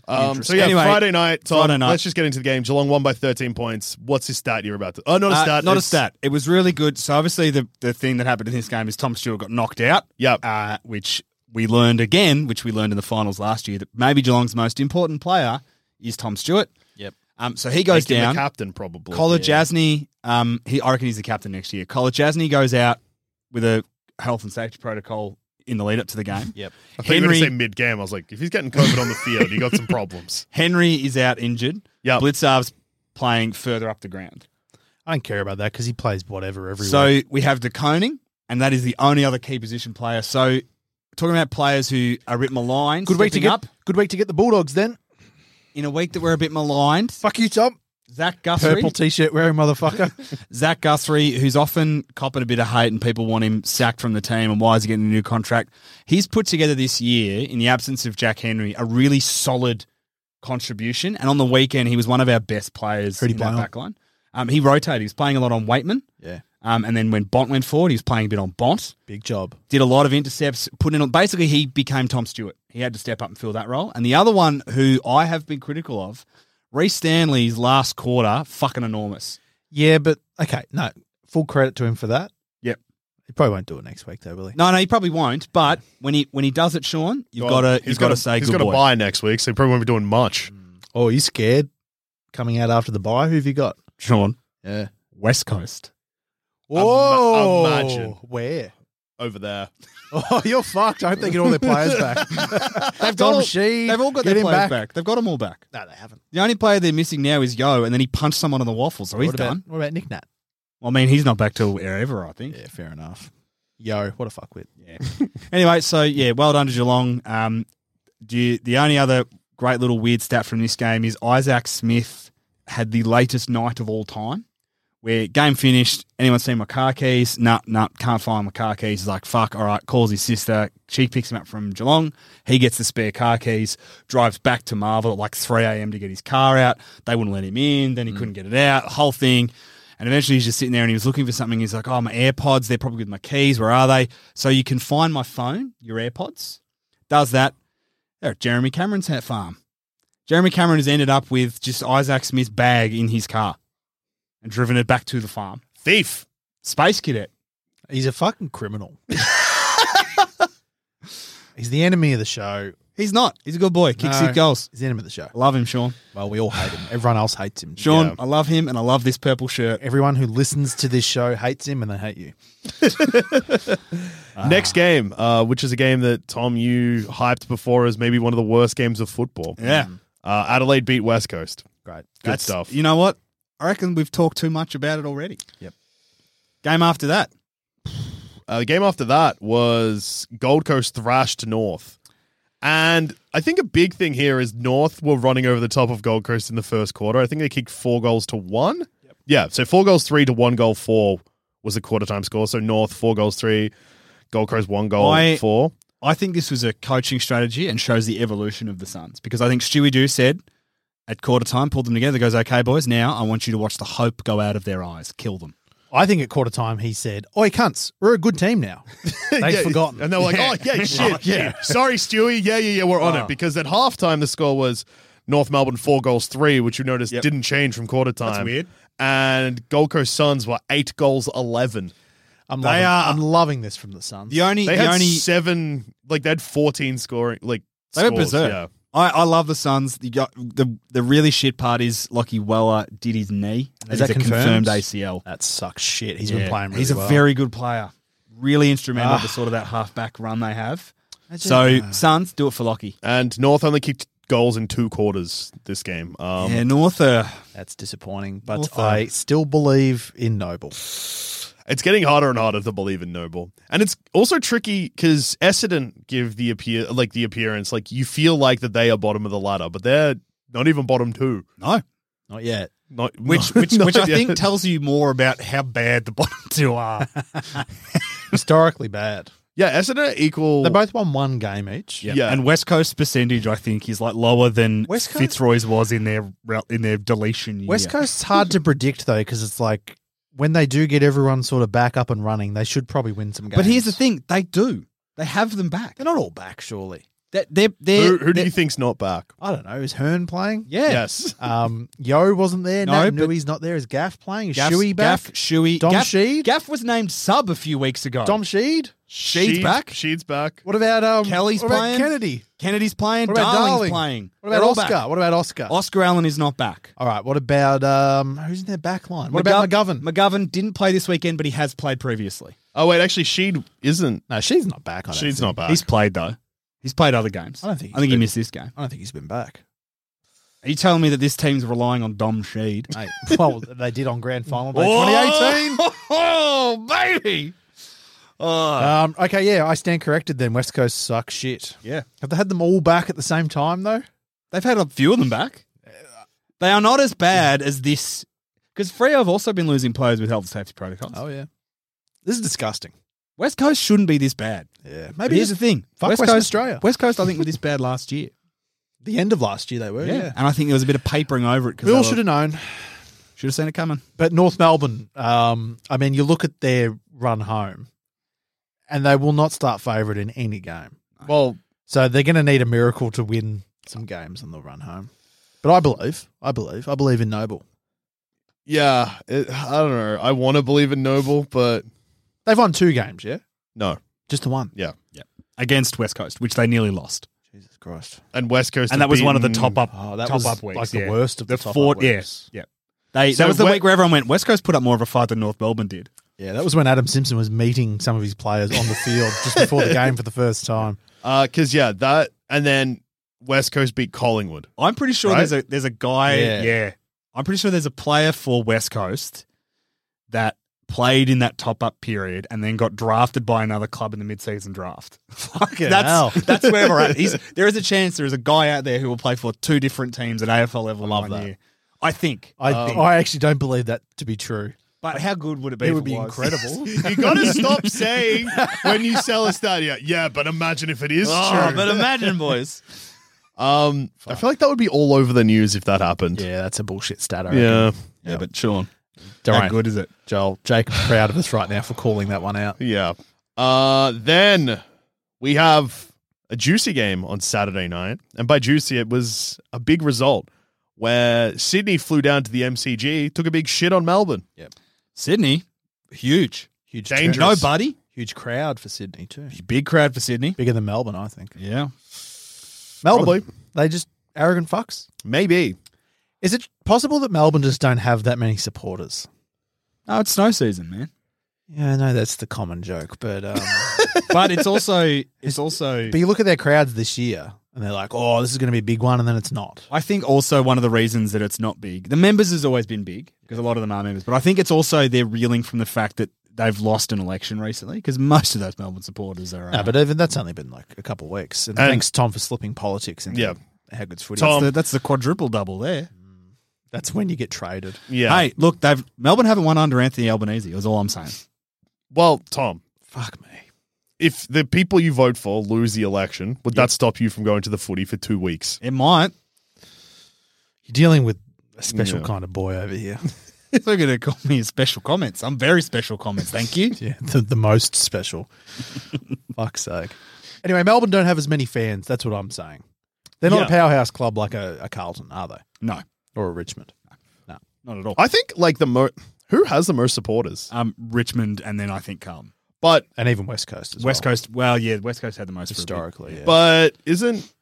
S3: Um, so yeah,
S2: Anyway,
S3: Friday night. Tom,
S2: Friday night.
S3: Let's just get into the game. Geelong won by thirteen points. What's his stat you're about to? Oh, not a
S2: Uh,
S3: stat.
S2: not a
S3: it's-
S2: stat. It was really good. So obviously the the thing that happened in this game is Tom Stewart got knocked out.
S3: Yep.
S2: Uh, which we learned again, which we learned in the finals last year, that maybe Geelong's most important player is Tom Stewart.
S1: Yep.
S2: Um. So he goes
S3: Make him
S2: down.
S3: The captain probably.
S2: Collar Jasny, um, he I reckon he's the captain next year. Collar Jasny goes out with a health and safety protocol in the lead up to the game.
S1: Yep.
S3: I thought you were going to say
S2: Henry
S3: mid game. I was like, if he's getting COVID on the field, you got some problems.
S2: Henry is out injured.
S3: Yep.
S2: Blitzarv's playing further up the ground. [laughs]
S1: I don't care about that because he plays whatever everywhere.
S2: So we have the Coning and that is the only other key position player. So talking about players who are a bit maligned,
S1: Good week to
S2: stepping
S1: get
S2: up
S1: good week to get the Bulldogs then.
S2: in a week that we're a bit maligned.
S1: Fuck you, Tom.
S2: Zach Guthrie,
S1: Purple t-shirt wearing motherfucker.
S2: Zach Guthrie, who's often copping a bit of hate and people want him sacked from the team and why is he getting a new contract? He's put together this year, in the absence of Jack Henry, a really solid contribution. And on the weekend, he was one of our best players
S1: Who'd he
S2: in
S1: play
S2: that
S1: on?
S2: back line. Um, he rotated. He was playing a lot on Waitman.
S1: yeah,
S2: Um, and then when Bont went forward, he was playing a bit on Bont.
S1: big job.
S2: Did a lot of intercepts, put in. Basically, he became Tom Stewart. He had to step up and fill that role. And the other one who I have been critical of, Reece Stanley's last quarter, fucking enormous.
S1: Yeah, but okay, no, full credit to him for that.
S2: Yep.
S1: He probably won't do it next week though, will he?
S2: No, no, he probably won't. But when he when he does it, Sean, [laughs] you've
S3: Well,
S2: got to
S3: he's
S2: you've got to
S3: gotta-
S2: say
S3: he's
S2: good
S3: got
S2: boy. Mm,
S3: a buy next week, so he probably won't be doing much.
S1: Oh, you scared coming out after the buy? Who have you got?
S2: Sean,
S1: Yeah.
S2: West Coast.
S1: Whoa!
S3: imagine.
S1: where?
S3: Over there,
S1: [laughs] Oh, you're fucked. I hope they get all their players [laughs] back.
S2: They've
S1: Tom
S2: all,
S1: Sheed,
S2: they've all got
S1: get
S2: their
S1: him
S2: players
S1: back.
S2: back. They've got them all back.
S1: No, they haven't.
S2: The only player they're missing now is Yo, and then he punched someone on the waffle, so he's
S1: what
S2: done.
S1: About, what about Nick Nat?
S2: Well, I mean, he's not back till ever, I think.
S1: Yeah, fair enough. Yo, what a fuckwit.
S2: Yeah. [laughs] anyway, so yeah, well done to Geelong. Um, do you, the only other great little weird stat from this game is Isaac Smith had the latest night of all time. Where game finished, anyone seen my car keys? Nah, nah, can't find my car keys. He's like, fuck, all right, calls his sister. She picks him up from Geelong. He gets the spare car keys, drives back to Marvel at like 3 a.m. to get his car out. They wouldn't let him in. Then he couldn't get it out, whole thing. And eventually he's just sitting there and he was looking for something. He's like, oh, my AirPods, they're probably with my keys. Where are they? So you can find my phone, your AirPods. Does that. They're at Jeremy Cameron's hat farm. Jeremy Cameron has ended up with just Isaac Smith's bag in his car and driven it back to the farm.
S3: thief.
S2: Space cadet.
S1: He's a fucking criminal. [laughs] He's the enemy of the show.
S2: He's not. He's a good boy. Kicks
S1: No.
S2: his goals.
S1: He's the enemy of the show.
S2: I love him, Sean.
S1: Well, we all hate him. Everyone else hates him.
S2: Sean,
S1: Yeah.
S2: I love him and I love this purple shirt.
S1: Everyone who listens to this show hates him and they hate you.
S3: [sighs]
S2: Ah.
S3: Next game, uh, which is a game that Tom you hyped before as maybe one of the worst games of football.
S2: Yeah.
S3: Uh, Adelaide beat West Coast.
S1: Great.
S3: Good
S2: That's-
S3: stuff.
S2: You know what? I reckon we've talked too much about it already.
S1: Yep.
S2: Game after that.
S3: Uh, the game after that was Gold Coast thrashed North. And I think a big thing here is North were running over the top of Gold Coast in the first quarter. I think they kicked four goals to one. Yeah, so four goals three to one goal four was the quarter time score. So North four goals three, Gold Coast one goal
S2: I-
S3: four.
S2: I think this was a coaching strategy and shows the evolution of the Suns because I think Stewie Do said at quarter time, pulled them together, goes, okay, boys, now I want you to watch the hope go out of their eyes, kill them.
S1: I think at quarter time he said, Oi, cunts, we're a good team
S2: [laughs]
S1: now. They've
S3: Yeah,
S1: forgotten.
S3: And they were like, oh, yeah, shit. yeah. Sorry, Stewie. Yeah, yeah, yeah, we're on
S2: Oh.
S3: it. Because at halftime, the score was North Melbourne four goals three, which you noticed
S2: Yep.
S3: didn't change from quarter time.
S2: weird.
S3: And Gold Coast Suns were eight goals, 11.
S1: I'm,
S2: They
S1: loving,
S2: are-
S1: I'm loving this from the Suns.
S2: The only,
S3: They
S2: the
S3: had
S2: only,
S3: seven, like, they had 14 scoring, like,
S2: they went
S3: scores,
S2: berserk.
S3: Yeah.
S2: I, I love the Suns. The, the the really shit part is Lockie Weller did his knee.
S1: Is
S2: It's
S1: that
S2: a
S1: confirmed?
S2: confirmed ACL.
S1: That sucks shit. He's
S2: Yeah.
S1: been playing really
S2: He's a
S1: well.
S2: very good player. Really instrumental
S1: Ah.
S2: to sort of that half back run they have.
S1: That's
S2: So
S1: it.
S2: Suns, do it for Lockie.
S3: And North only kicked goals in two quarters this game. Um,
S2: yeah, North. Uh,
S1: That's disappointing, but
S2: North, uh,
S1: I still believe in Noble.
S3: It's getting harder and harder to believe in Noble, and it's also tricky because Essendon give the appear like the appearance like you feel like that they are bottom of the ladder, but they're not even bottom two.
S2: no,
S1: Not yet.
S3: Not
S2: [laughs] which
S3: not-
S2: which, which
S3: [laughs]
S2: I
S3: not yet.
S2: [laughs] think tells you more about how bad the [laughs] bottom two are.
S1: Historically bad.
S3: yeah, Essendon are equal.
S1: They both won one game each.
S3: yeah,
S2: And West Coast percentage, I think, is like lower than
S1: West Coast-
S2: Fitzroy's was in their rel- in their deletion year.
S1: West Coast's hard to predict though, because it's like when they do get everyone sort of back up and running, they should probably win some games.
S2: But here's the thing: they do. They have them back.
S1: they're not all back, surely.
S2: They're, they're, they're,
S3: who, who do
S2: they're-
S3: you think's not back?
S1: I don't know. Is Hearn playing?
S2: Yeah.
S3: Yes,
S1: Um, Yo wasn't there.
S2: [laughs] No,
S1: No,
S2: but-
S1: Nui's not there. Is Gaff playing? Is
S2: Gaff-
S1: Shuey back?
S2: Gaff, Shuey.
S1: Dom
S2: Gaff,
S1: Sheed?
S2: Gaff was named sub a few weeks ago.
S1: Dom Sheed.
S2: Sheed's back.
S3: Sheed's back.
S1: What about um?
S2: Kelly's
S1: what about
S2: playing.
S1: Kennedy.
S2: Kennedy's playing.
S1: What about
S2: Darling's
S1: Darling?
S2: playing.
S1: What about
S2: They're all
S1: Oscar?
S2: back.
S1: What about Oscar?
S2: Oscar Allen is not back.
S1: all right. What about um? Who's in their back line? What about McGovern?
S2: McGovern didn't play this weekend, but he has played previously.
S3: Oh wait, actually, Sheed isn't.
S1: no, she's not back. I don't think.
S3: Sheed's not back.
S2: He's played though. He's played other games.
S1: I don't think
S2: I think
S1: he's
S2: he
S1: been-
S2: missed this game.
S1: I don't think he's been back.
S2: Are you telling me that this team's relying on Dom
S1: [laughs]
S2: Sheed?
S1: Mate,
S2: [laughs]
S1: well, they did on grand final day
S2: Oh!
S1: 2018.
S2: Oh, baby.
S1: Um, okay, yeah, I stand corrected then. West Coast sucks shit.
S3: Yeah.
S1: Have they had them all back at the same time, though?
S2: They've had a few of them back. They are not as bad as this because Freo have also been losing players with health and safety protocols.
S1: Oh, yeah. This is disgusting.
S2: West Coast shouldn't be this bad.
S1: Yeah.
S2: Maybe here's the thing:
S1: fuck West
S2: Coast,
S1: Australia.
S2: West Coast, I think, were this bad last
S1: [laughs]
S2: year.
S1: The end of last year, they were. Oh, Yeah.
S2: and I think there was a bit of papering over it because
S1: We all should have known.
S2: should have seen it coming.
S1: But North Melbourne, um, I mean, you look at their run home, and they will not start favourite in any game.
S3: Well,
S1: So they're going to need a miracle to win some games on the run home. But I believe, I believe, I believe in Noble.
S3: yeah, it, I don't know. I want to believe in Noble, but
S1: They've won two games, yeah,
S3: no.
S1: just the one.
S3: Yeah.
S2: against West Coast, which they nearly lost,
S1: Jesus Christ!
S3: And West Coast.
S2: and that
S3: have
S2: was one of the
S3: beaten-
S2: top up
S1: Oh, that
S2: top
S1: was
S2: up weeks,
S1: like the
S2: yeah.
S1: worst of the top up
S2: four- yeah,
S1: weeks.
S2: yeah. They,
S3: So
S2: that was the
S3: we-
S2: week where everyone went. West Coast put up more of a fight than North Melbourne did.
S1: Yeah, that was when Adam Simpson was meeting some of his players on the field just before the game for the first time.
S3: Uh, cause yeah, that and then West Coast beat Collingwood.
S2: I'm pretty sure
S3: Right?
S2: there's a there's a guy.
S1: Yeah.
S2: Yeah. I'm pretty sure there's a player for West Coast that played in that top up period and then got drafted by another club in the mid season draft. [laughs] Fucking
S1: hell.
S2: that's that's where we're
S1: [laughs]
S2: at. He's, there is a chance there is a guy out there who will play for two different teams at AFL level.
S1: love
S2: in
S1: that.
S2: one year. I think.
S1: I,
S2: think.
S1: I actually don't believe that to be true.
S2: but how good would it be?
S1: It
S2: if
S1: would be
S2: was? [laughs]
S1: incredible.
S3: You gotta stop saying when you sell a stadium. Yeah, but imagine if it is
S2: oh,
S3: true.
S2: but imagine, boys.
S3: um, I feel like that would be all over the news if that happened.
S1: Yeah, that's a bullshit stat. I
S3: yeah,
S2: yeah, but Sean,
S1: Darn.
S2: how good is it?
S1: Joel, Jacob's proud of us right now for calling that one out.
S3: yeah. Uh, then we have a juicy game on Saturday night, and by juicy, it was a big result where Sydney flew down to the MCG, took a big shit on Melbourne.
S2: Sydney, huge,
S1: Huge,
S3: Dangerous.
S1: turn-
S2: buddy,
S1: huge crowd for Sydney too.
S2: big crowd for Sydney.
S1: Bigger than Melbourne, I think.
S2: Yeah,
S1: Melbourne,
S3: Probably.
S1: they just arrogant fucks.
S3: Maybe
S1: Is it possible that Melbourne just don't have that many supporters?
S2: oh, it's snow season, man.
S1: Yeah, I know that's the common joke, but [laughs] um,
S2: but it's also it's also
S1: but you look at their crowds this year, and they're like, "Oh, this is going to be a big one," and then it's not.
S2: I think also one of the reasons that it's not big. The members has always been big because a lot of them are members, but I think it's also they're reeling from the fact that they've lost an election recently because most of those Melbourne supporters are. Uh,
S1: No, but even that's only been like a couple of weeks. And,
S3: And-
S1: thanks, Tom, for slipping politics and
S3: Yeah.
S1: how good's footy.
S3: Tom-
S1: That's,
S2: the- that's the quadruple double there.
S1: the- that's when you get traded.
S3: yeah.
S2: Hey, look, they've Melbourne haven't won under Anthony Albanese. Is all I'm saying.
S3: Well, Tom,
S1: Fuck me.
S3: if the people you vote for lose the election, would that stop you from going to the footy for two weeks?
S2: It might. [laughs]
S1: You're dealing with a special
S3: Yeah.
S1: kind of boy over [laughs] here.
S2: They're going to call me a special comments. I'm very special comments. Thank [laughs] you.
S1: Yeah, the, the most special. [laughs] Fuck's sake. Anyway, Melbourne don't have as many fans. That's what I'm saying. They're not a
S3: Yeah.
S1: powerhouse club like a, a Carlton, are they?
S2: No,
S1: Or a Richmond? No.
S2: not at all.
S3: I think like the mo who has the most supporters,
S2: um, Richmond, and then I think Carlton.
S3: but
S1: And even West Coast as
S2: West
S1: well.
S2: Coast. Well, yeah, West Coast had the most for a bit.
S1: Historically, yeah.
S3: but isn't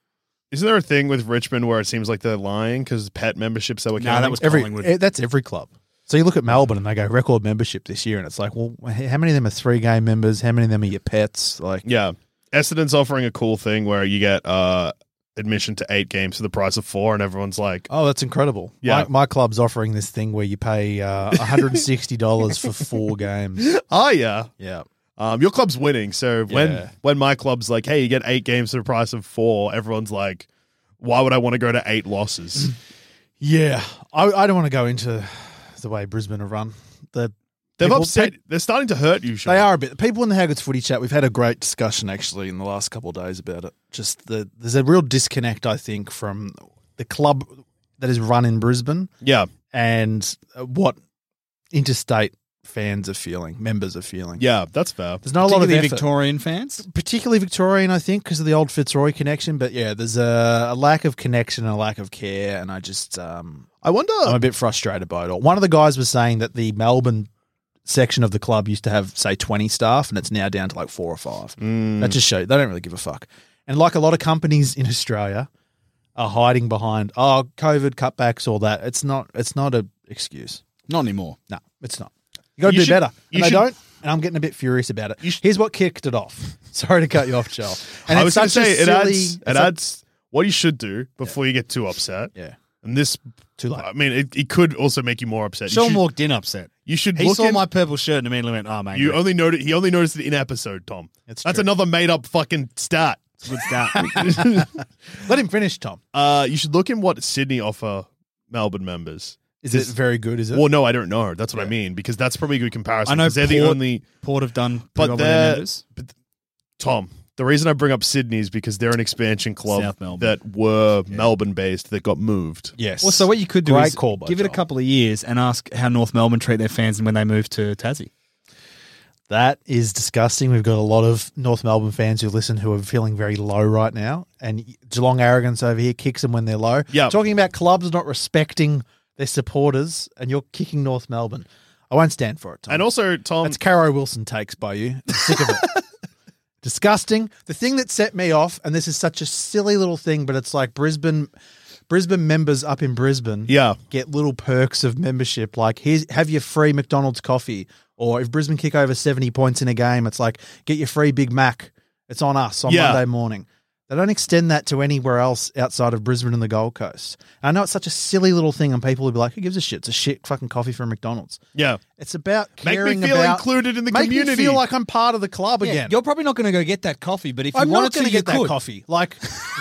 S3: isn't there a thing with Richmond where it seems like they're lying because pet memberships that were
S2: No,
S3: counting?
S2: that was
S1: every,
S2: Collingwood.
S1: eh, that's every club. So you look at Melbourne and they go record membership this year, and it's like, well, h- how many of them are three game members? How many of them are your pets? Like,
S3: yeah. Essendon's offering a cool thing where you get uh admission to eight games for the price of four, and everyone's like,
S1: oh, that's incredible.
S3: Yeah.
S1: My, my club's offering this thing where you pay uh, $160 for [laughs] four games.
S3: oh yeah.
S1: Yeah.
S3: Um, your club's winning, so
S1: Yeah.
S3: when when my club's like, "Hey, you get eight games for the price of four, everyone's like, "Why would I want to go to
S1: [laughs]
S3: eight losses?"
S1: Yeah. I, I don't want to go into the way Brisbane are run. The
S3: They've
S1: People-
S3: upset. They're starting to hurt you. Sean.
S1: They are a bit. People in the Haggards footy chat, we've had a great discussion actually in the last couple of days about it. Just the there's a real disconnect, I think, from the club that is run in Brisbane
S3: Yeah,
S1: and uh, what interstate fans are feeling, members are feeling.
S3: yeah, that's fair.
S1: There's not a lot of
S2: Particularly
S1: effort.
S2: Victorian fans.
S1: particularly Victorian, I think, because of the old Fitzroy connection. But yeah, there's a, a lack of connection and a lack of care, and I just um,
S3: I wonder.
S1: I'm a bit frustrated by it all. One of the guys was saying that the Melbourne section of the club used to have say 20 staff, and it's now down to like four or five.
S3: Mm.
S1: That just shows they don't really give a fuck. And like a lot of companies in Australia are hiding behind oh COVID cutbacks, all that. It's not. It's not a excuse.
S2: Not anymore.
S1: No, it's not. You got to
S3: You
S1: do
S3: should-
S1: better.
S3: you
S1: And they
S3: should-
S1: don't. And I'm getting a bit furious about it. Here's what kicked it off. [laughs] Sorry to cut you off, Joel. And
S3: I
S1: it's
S3: was going to
S1: such a
S3: say it
S1: silly-
S3: adds.
S1: it's
S3: It
S1: like-
S3: adds. What you should do before you get too upset.
S1: Yeah.
S3: And this,
S1: Too late.
S3: I mean, it, it could also make you more upset. You
S2: Sean
S3: should-
S2: walked in upset.
S3: You should
S2: He
S3: look
S2: saw
S3: in-
S2: my purple shirt and immediately went, "Oh man,
S3: You
S2: great.
S3: only noted he only noticed it in episode, Tom.
S1: That's true.
S3: another made up fucking stat.
S2: good start."
S1: Let him finish, Tom.
S3: Uh, you should look in what Sydney offer Melbourne members.
S1: Is it very good? Is it?
S3: Well, no, I don't know. That's what I mean because that's probably a good comparison.
S2: I know
S3: 'cause they're the
S2: Port-
S3: only
S2: Port have done,
S3: But
S2: but their
S3: they're-
S2: members.
S3: Tom. The reason I bring up Sydney is because they're an expansion club
S2: South Melbourne.
S3: that were Melbourne based that got moved.
S1: yes.
S2: Well, so what you could do
S1: Great
S2: is
S1: call by
S2: give it a
S1: Tom.
S2: couple of years and ask how North Melbourne treat their fans when they move to Tassie.
S1: That is disgusting. We've got a lot of North Melbourne fans who listen who are feeling very low right now, and Geelong arrogance over here kicks them when they're low.
S3: Yeah.
S1: talking about clubs not respecting their supporters, and you're kicking North Melbourne. I won't stand for it. Tom.
S3: And also, um, Tom,
S1: That's Caro Wilson takes by you. I'm sick of
S3: [laughs]
S1: it. Disgusting. The thing that set me off, and this is such a silly little thing, but it's like Brisbane, Brisbane members up in Brisbane,
S3: Yeah.
S1: get little perks of membership. Like here's have your free McDonald's coffee, or if Brisbane kick over seventy points in a game, it's like get your free Big Mac. It's on us on
S3: Yeah.
S1: Monday morning. They don't extend that to anywhere else outside of Brisbane and the Gold Coast. I know it's such a silly little thing, and people will be like, "Who gives a shit? It's a shit fucking coffee from McDonald's."
S3: yeah,
S1: It's about
S3: Make me
S1: caring
S3: feel
S1: about-
S3: included in the
S1: make
S3: community.
S1: Me feel like I'm part of the club again.
S2: you're probably not going to go get that coffee, but if
S1: I'm
S2: you
S1: not
S2: wanted
S1: going
S2: to,
S1: to get that coffee. [laughs] Like,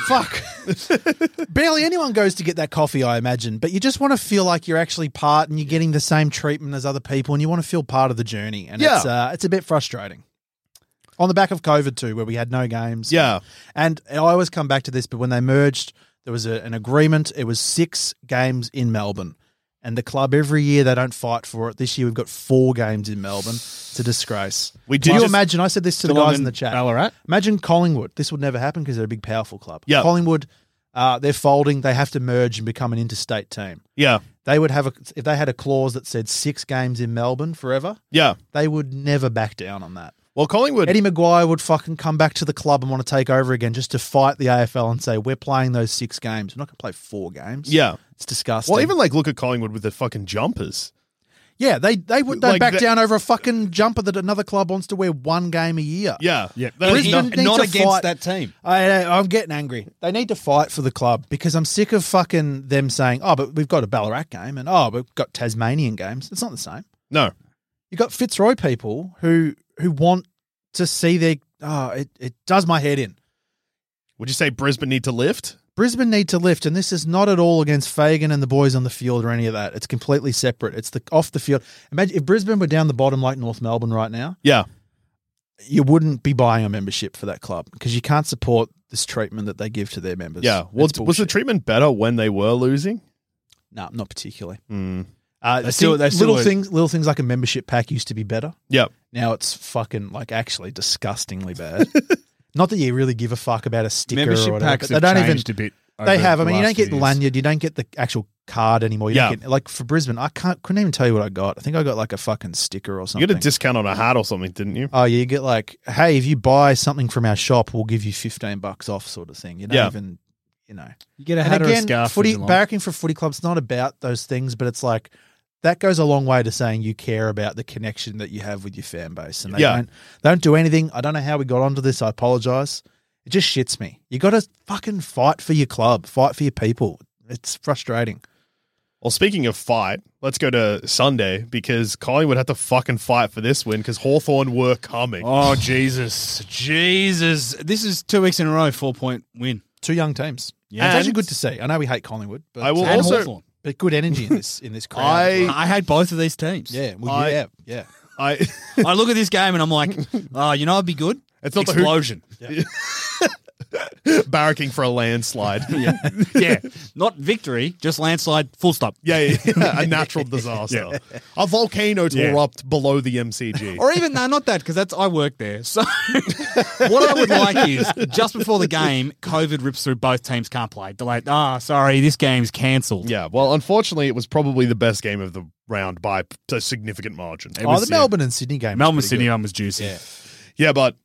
S1: fuck. Barely anyone goes to get that coffee, I imagine. But you just want to feel like you're actually part, and you're getting the same treatment as other people, and you want to feel part of the journey. And
S3: Yeah.
S1: it's uh, it's a bit frustrating. On the back of COVID too, where we had no games.
S3: yeah,
S1: And I always come back to this, but when they merged, there was a, an agreement. It was six games in Melbourne. And the club every year they don't fight for it. This year we've got four games in Melbourne. It's a disgrace.
S3: We
S1: Do
S3: did
S1: you
S3: just-
S1: imagine? I said this to the
S2: Geelong
S1: guys in
S2: and
S1: the chat.
S2: Ballarat?
S1: Imagine Collingwood. This would never happen because they're a big, powerful club.
S3: Yeah.
S1: Collingwood, uh, they're folding. They have to merge and become an interstate team.
S3: yeah,
S1: They would have a, if they had a clause that said six games in Melbourne forever.
S3: yeah.
S1: They would never back down on that.
S3: Well, Collingwood.
S1: Eddie Maguire would fucking come back to the club and want to take over again just to fight the AFL and say, we're playing those six games. We're not going to play four games.
S3: Yeah.
S1: It's disgusting.
S3: well, even like look at Collingwood with the fucking jumpers.
S1: yeah, they, they would they
S3: Like
S1: back
S3: the-
S1: down over a fucking jumper that another club wants to wear one game a year.
S3: Yeah, yeah.
S1: Brisbane needs
S2: not
S1: to
S2: against
S1: fight.
S2: that team.
S1: I, I- I'm getting angry. They need to fight for the club because I'm sick of fucking them saying, oh, but we've got a Ballarat game and oh, we've got Tasmanian games. It's not the same.
S3: no.
S1: you got Fitzroy people who who want to see their. Oh, it, it does my head in.
S3: Would you say Brisbane need to lift?
S1: Brisbane need to lift, and this is not at all against Fagan and the boys on the field or any of that. It's completely separate. It's the off the field. Imagine if Brisbane were down the bottom like North Melbourne right now,
S3: Yeah.
S1: you wouldn't be buying a membership for that club because you can't support this treatment that they give to their members.
S3: Yeah. Well,
S1: It's
S3: was the
S1: bullshit.
S3: treatment better when they were losing?
S1: No, not particularly.
S3: Mm.
S1: Uh,
S2: They still-
S1: thing-
S2: they still
S1: little
S2: would-
S1: things, little things like a membership pack used to be better.
S3: Yeah.
S1: Now it's fucking like actually disgustingly
S2: [laughs]
S1: bad. Not that you really give a fuck about a sticker or
S2: Membership
S1: whatever.
S2: packs
S1: but
S2: have
S1: they don't
S2: changed
S1: even.
S2: a bit.
S1: They
S2: over
S1: have. I
S2: the
S1: mean, you don't
S2: last
S1: get
S2: few
S1: the
S2: years.
S1: lanyard. You don't get the actual card anymore. You
S3: Yeah.
S1: Don't get, like for Brisbane, I can't. Couldn't even tell you what I got. I think I got like a fucking sticker or
S3: You
S1: something.
S3: got a discount on a hat or something, didn't you?
S1: Oh yeah, you get like, hey, if you buy something from our shop, we'll give you fifteen bucks off, sort of thing. You don't
S3: Yeah.
S1: even, you know.
S2: You get a hat
S1: And
S2: or a
S1: again,
S2: scarf.
S1: footy
S2: for Geelong.
S1: barracking for footy clubs not about those things, but it's like that goes a long way to saying you care about the connection that you have with your fan base, and they
S3: Yeah.
S1: don't they don't do anything. I don't know how we got onto this. I apologize. It just shits me. You got to fucking fight for your club, fight for your people. It's frustrating.
S3: Well, speaking of fight, let's go to Sunday because Collingwood had to fucking fight for this win because Hawthorn were coming.
S2: Oh Jesus, Jesus! This is two weeks in a row, four point win.
S1: Two young teams.
S2: Yeah.
S1: it's actually
S3: And-
S1: good to see. I know we hate Collingwood, but
S3: I will
S1: and
S3: also-
S1: Hawthorn. but good energy in this
S3: [laughs]
S1: in this crowd.
S3: I-
S2: I had both of these teams.
S1: yeah, well,
S3: I-
S1: yeah, yeah.
S3: [laughs] I [laughs]
S2: I look at this game and
S1: [laughs]
S2: I'm like, oh, you know, it'd be good.
S3: It's not the who-
S2: explosion.
S3: barracking for
S1: [laughs]
S3: a landslide.
S2: yeah, yeah, not victory, just landslide. Full stop.
S3: [laughs] Yeah, yeah, yeah, a
S1: [laughs]
S3: natural disaster. A volcano to erupt below the MCG.
S2: Or even no, not that because that's I work there. So [laughs] what I would like is just before the game, COVID rips through both teams can't play. They're like, ah, sorry, this game's cancelled.
S3: yeah, well, unfortunately, it was probably the best game of the round by p- a significant margin. It
S1: Oh,
S3: was-
S1: the Melbourne and Sydney game. was
S2: Melbourne
S1: pretty
S2: Sydney
S1: good.
S2: one was juicy.
S1: Yeah.
S3: Yeah, but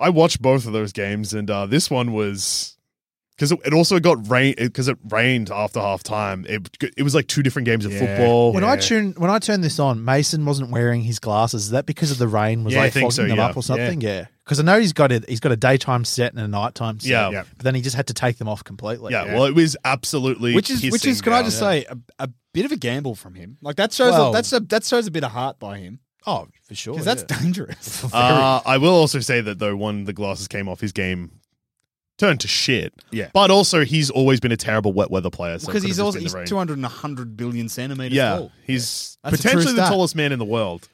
S3: I watched both of those games, and uh, this one was because it, it also got rain because it rained after half time. It it was like two different games of
S2: Yeah.
S3: football.
S1: When I tune when I turned this on, Mason wasn't wearing his glasses. Is that because of the rain was
S3: Yeah, I
S1: like
S3: think
S1: fogging
S3: so,
S1: them
S3: yeah.
S1: up or something? Yeah. Because I know he's got a he's got a daytime set and a nighttime set.
S3: Yeah. Yeah.
S1: But then he just had to take them off completely.
S3: yeah, well, it was absolutely
S2: Which is which
S3: hissing
S2: is can I
S3: down.
S2: just say a, a bit of a gamble from him. Like that shows
S1: Well-
S2: that's a, that shows a bit of heart by him
S1: Oh, for sure.
S2: because that's
S1: yeah.
S2: [laughs] dangerous.
S3: Uh, I will also say that though, one the glasses came off his game. Turned to shit.
S2: Yeah.
S3: but also he's always been a terrible wet weather player. So
S2: because
S3: it
S2: he's
S3: could have
S2: also
S3: just
S2: he's
S3: been the
S2: 200 and 100 billion centimeters
S3: rain. Yeah,
S2: tall.
S3: he's
S1: That's a true
S3: potentially the
S1: stat.
S3: tallest man in the
S2: [laughs]
S3: world.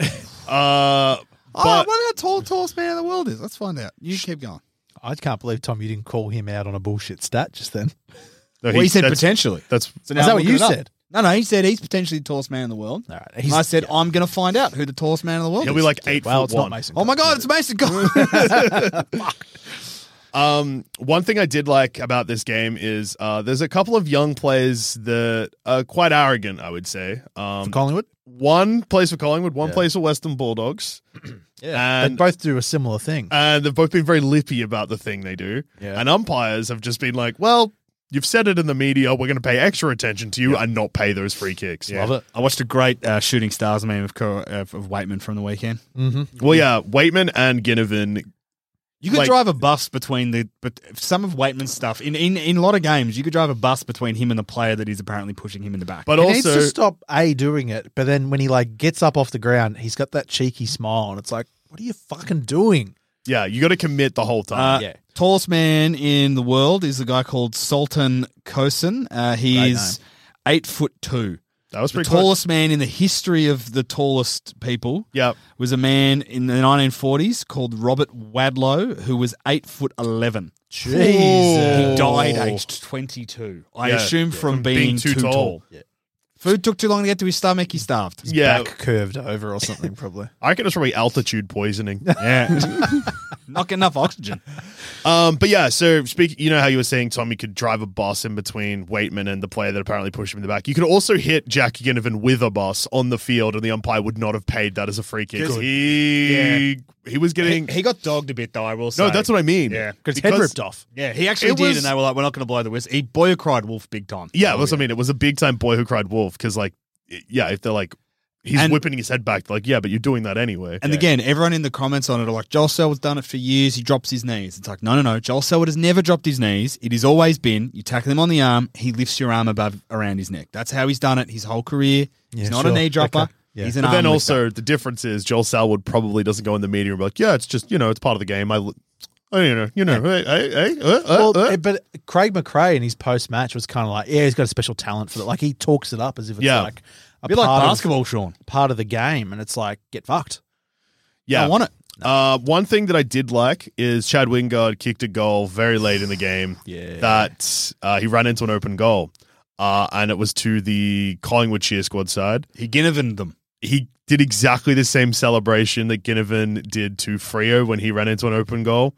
S3: uh,
S2: Oh,
S3: but
S2: what the tall, tallest man in the world is? Let's find out. You keep going.
S1: I can't believe Tom, you didn't call him out on a bullshit stat just
S3: [laughs]
S1: then.
S3: no,
S2: well, he said
S3: that's-
S2: potentially.
S3: That's
S2: So
S1: Is that
S2: I'm
S1: what
S2: looking
S1: you
S2: it up.
S1: said?
S2: No, no, he said he's potentially the tallest man in the world.
S1: All right,
S2: and
S1: he's-
S2: I said I'm going to find out who the tallest man in the world
S3: he'll
S2: is.
S3: be like eight
S1: well,
S3: foot
S1: it's
S3: one.
S1: not Mason.
S2: oh my god, it's Mason. [laughs] God.
S3: Um, one thing I did like about this game is uh, there's a couple of young players that are quite arrogant. I would say. Um,
S1: Collingwood.
S3: one plays for Collingwood, one plays for Western
S2: [clears throat]
S3: Bulldogs.
S1: Yeah,
S3: And- Uh,
S1: they both do a similar thing.
S3: and they've both been very lippy about the thing they do.
S1: Yeah.
S3: And umpires have just been like, well, you've said it in the media. We're going to pay extra attention to you and not pay those free kicks.
S2: [laughs] Love it. I watched a great uh, shooting stars meme of, Co- of, of Waitman from the weekend.
S3: Well, yeah, Waitman and Ginnivan.
S2: You could
S3: Like-
S2: drive a bus between the but some of Waitman's stuff in, in in a lot of games. You could drive a bus between him and the player that is apparently pushing him in the back.
S3: But
S1: he needs
S3: also,
S1: to stop a doing it, but then when he like gets up off the ground, he's got that cheeky smile, and it's like, what are you fucking doing?
S3: yeah, you got to commit the whole
S2: Uh,
S3: time.
S1: Yeah.
S2: Tallest man in the world is a guy called Sultan Kosin. Uh,
S1: Great
S2: he's eight foot two.
S3: That was
S2: The
S3: pretty cool.
S2: tallest man in the history of the tallest people
S3: Yeah.
S2: was a man in the 1940s called Robert Wadlow, who was eight foot 11.
S1: Jesus.
S2: He died aged 22 I
S3: Yeah.
S2: assume
S3: Yeah.
S2: from,
S3: From
S2: being, too, tall, food took too long to get to his stomach he starved
S3: Yeah.
S1: Back curved over or something, probably.
S3: I reckon it's probably altitude poisoning.
S2: [laughs] yeah not enough oxygen
S3: [laughs] um, but yeah, so speak. You know how you were saying, Tom, you could drive a bus in between Waitman and the player that apparently pushed him in the back. You could also hit Jack Ginnivan with a bus on the field, and the umpire would not have paid that as a free kick. 'Cause
S2: Good.
S3: He he was [laughs]
S2: he,
S3: getting
S2: he got dogged a bit though I will say
S3: No, that's what I mean.
S2: Yeah.
S1: Got his head ripped off.
S2: yeah he actually
S3: It
S2: did
S3: was-
S2: and they were like we're not going to blow the whistle he boy cried wolf big time
S3: Yeah, that's what I mean. It was a big time boy who cried wolf because, like, i- yeah, if they're like, he's
S2: And-
S3: whipping his head back, like, yeah, but you're doing that anyway.
S2: And
S3: yeah.
S2: again, everyone in the comments on it are like, Joel Selwood's done it for years. He drops his knees. It's like, no, no, no. Joel Selwood has never dropped his knees. It has always been you tackle him on the arm, he lifts your arm above around his neck. That's how he's done it his whole career.
S1: Yeah,
S2: he's not a
S1: sure.
S2: knee dropper.
S1: Okay. Yeah.
S2: He's an
S3: But then
S2: arm
S3: also, the difference is Joel Salwood probably doesn't go in the media and be like, yeah, it's just, you know, it's part of the game. I, l- I you know, you know, hey, hey, hey, uh, uh,
S1: [laughs] Well,
S3: uh.
S1: eh, but Craig McRae in his post match was kind of like, yeah, he's got a special talent for that. Like he talks it up as if it's
S3: Yeah.
S1: like a
S2: Be like
S1: part of-
S2: basketball, Sean.
S1: part of the game, and it's like get fucked.
S3: yeah.
S2: I want it.
S3: Uh, one thing that I did like is Chad Wingard kicked a goal very late in the
S2: [laughs]
S3: game.
S1: Yeah.
S3: That uh, he ran into an open goal. Uh, and it was to the Collingwood cheer squad side.
S2: He Ginnivan them.
S3: he did exactly the same celebration that Ginnivan did to Frio when he ran into an open goal.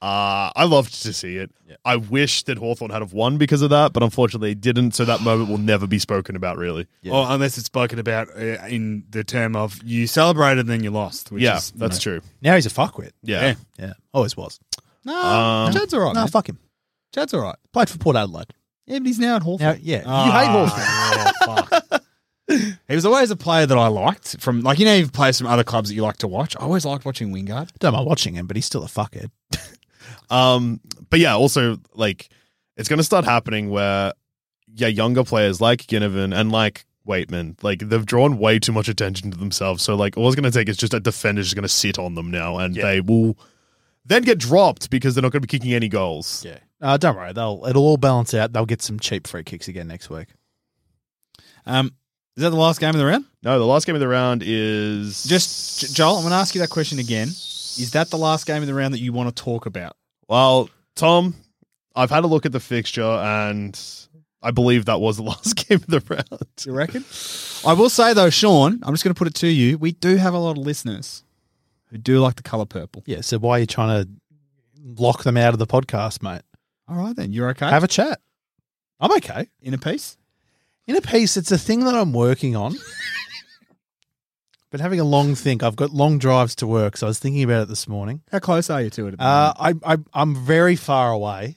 S3: Uh, I loved to see it. I wish that Hawthorn had have won because of that, but unfortunately it didn't, so that moment will never be spoken about really.
S2: Or unless it's spoken about uh, in the term of you celebrated and then you lost. Which
S3: yeah,
S2: is, you
S3: that's
S2: know.
S3: true.
S1: Now he's a fuckwit.
S3: Yeah.
S2: Yeah.
S1: Yeah, always was.
S2: No,
S3: Um,
S2: Chad's all right.
S1: No,
S2: man.
S1: fuck him.
S2: Chad's all right.
S1: Played for Port Adelaide.
S2: Yeah, but he's now at Hawthorn.
S1: Now, yeah,
S2: [laughs] He was always a player that I liked from, like, you know, you've played some other clubs that you like to watch. I always liked watching Wingard.
S1: Don't mind watching him, but he's still a fuckhead.
S3: Um, but yeah, also like it's going to start happening where yeah, younger players like Ginnivan and like Waitman, like they've drawn way too much attention to themselves. So like all it's going to take is just a defender's just going to sit on them now, and they will then get dropped because they're not going to be kicking any goals.
S1: Yeah. Uh, don't worry, they'll it'll all balance out. They'll get some cheap free kicks again next week.
S2: Um, is that the last game of the round?
S3: No, the last game of the round is
S2: Just, J- Joel, I'm going to ask you that question again. Is that the last game of the round that you want to talk about?
S3: well, Tom. I've had a look at the fixture, and I believe that was the [laughs] last game of the round.
S2: Do you reckon? I will say, though, Sean, I'm just going to put it to you. We do have a lot of listeners who do like the colour purple.
S1: Yeah. So why are you trying to lock them out of the podcast, mate?
S2: All right, then. You're okay?
S1: Have a chat. I'm okay.
S2: In a piece?
S1: In a piece, it's a thing that I'm working
S2: [laughs]
S1: on. but having a long think, I've got long drives to work, so I was thinking about it this morning.
S2: How close are you to it? at the
S1: Uh, I, I I'm very far
S2: [laughs]
S1: away.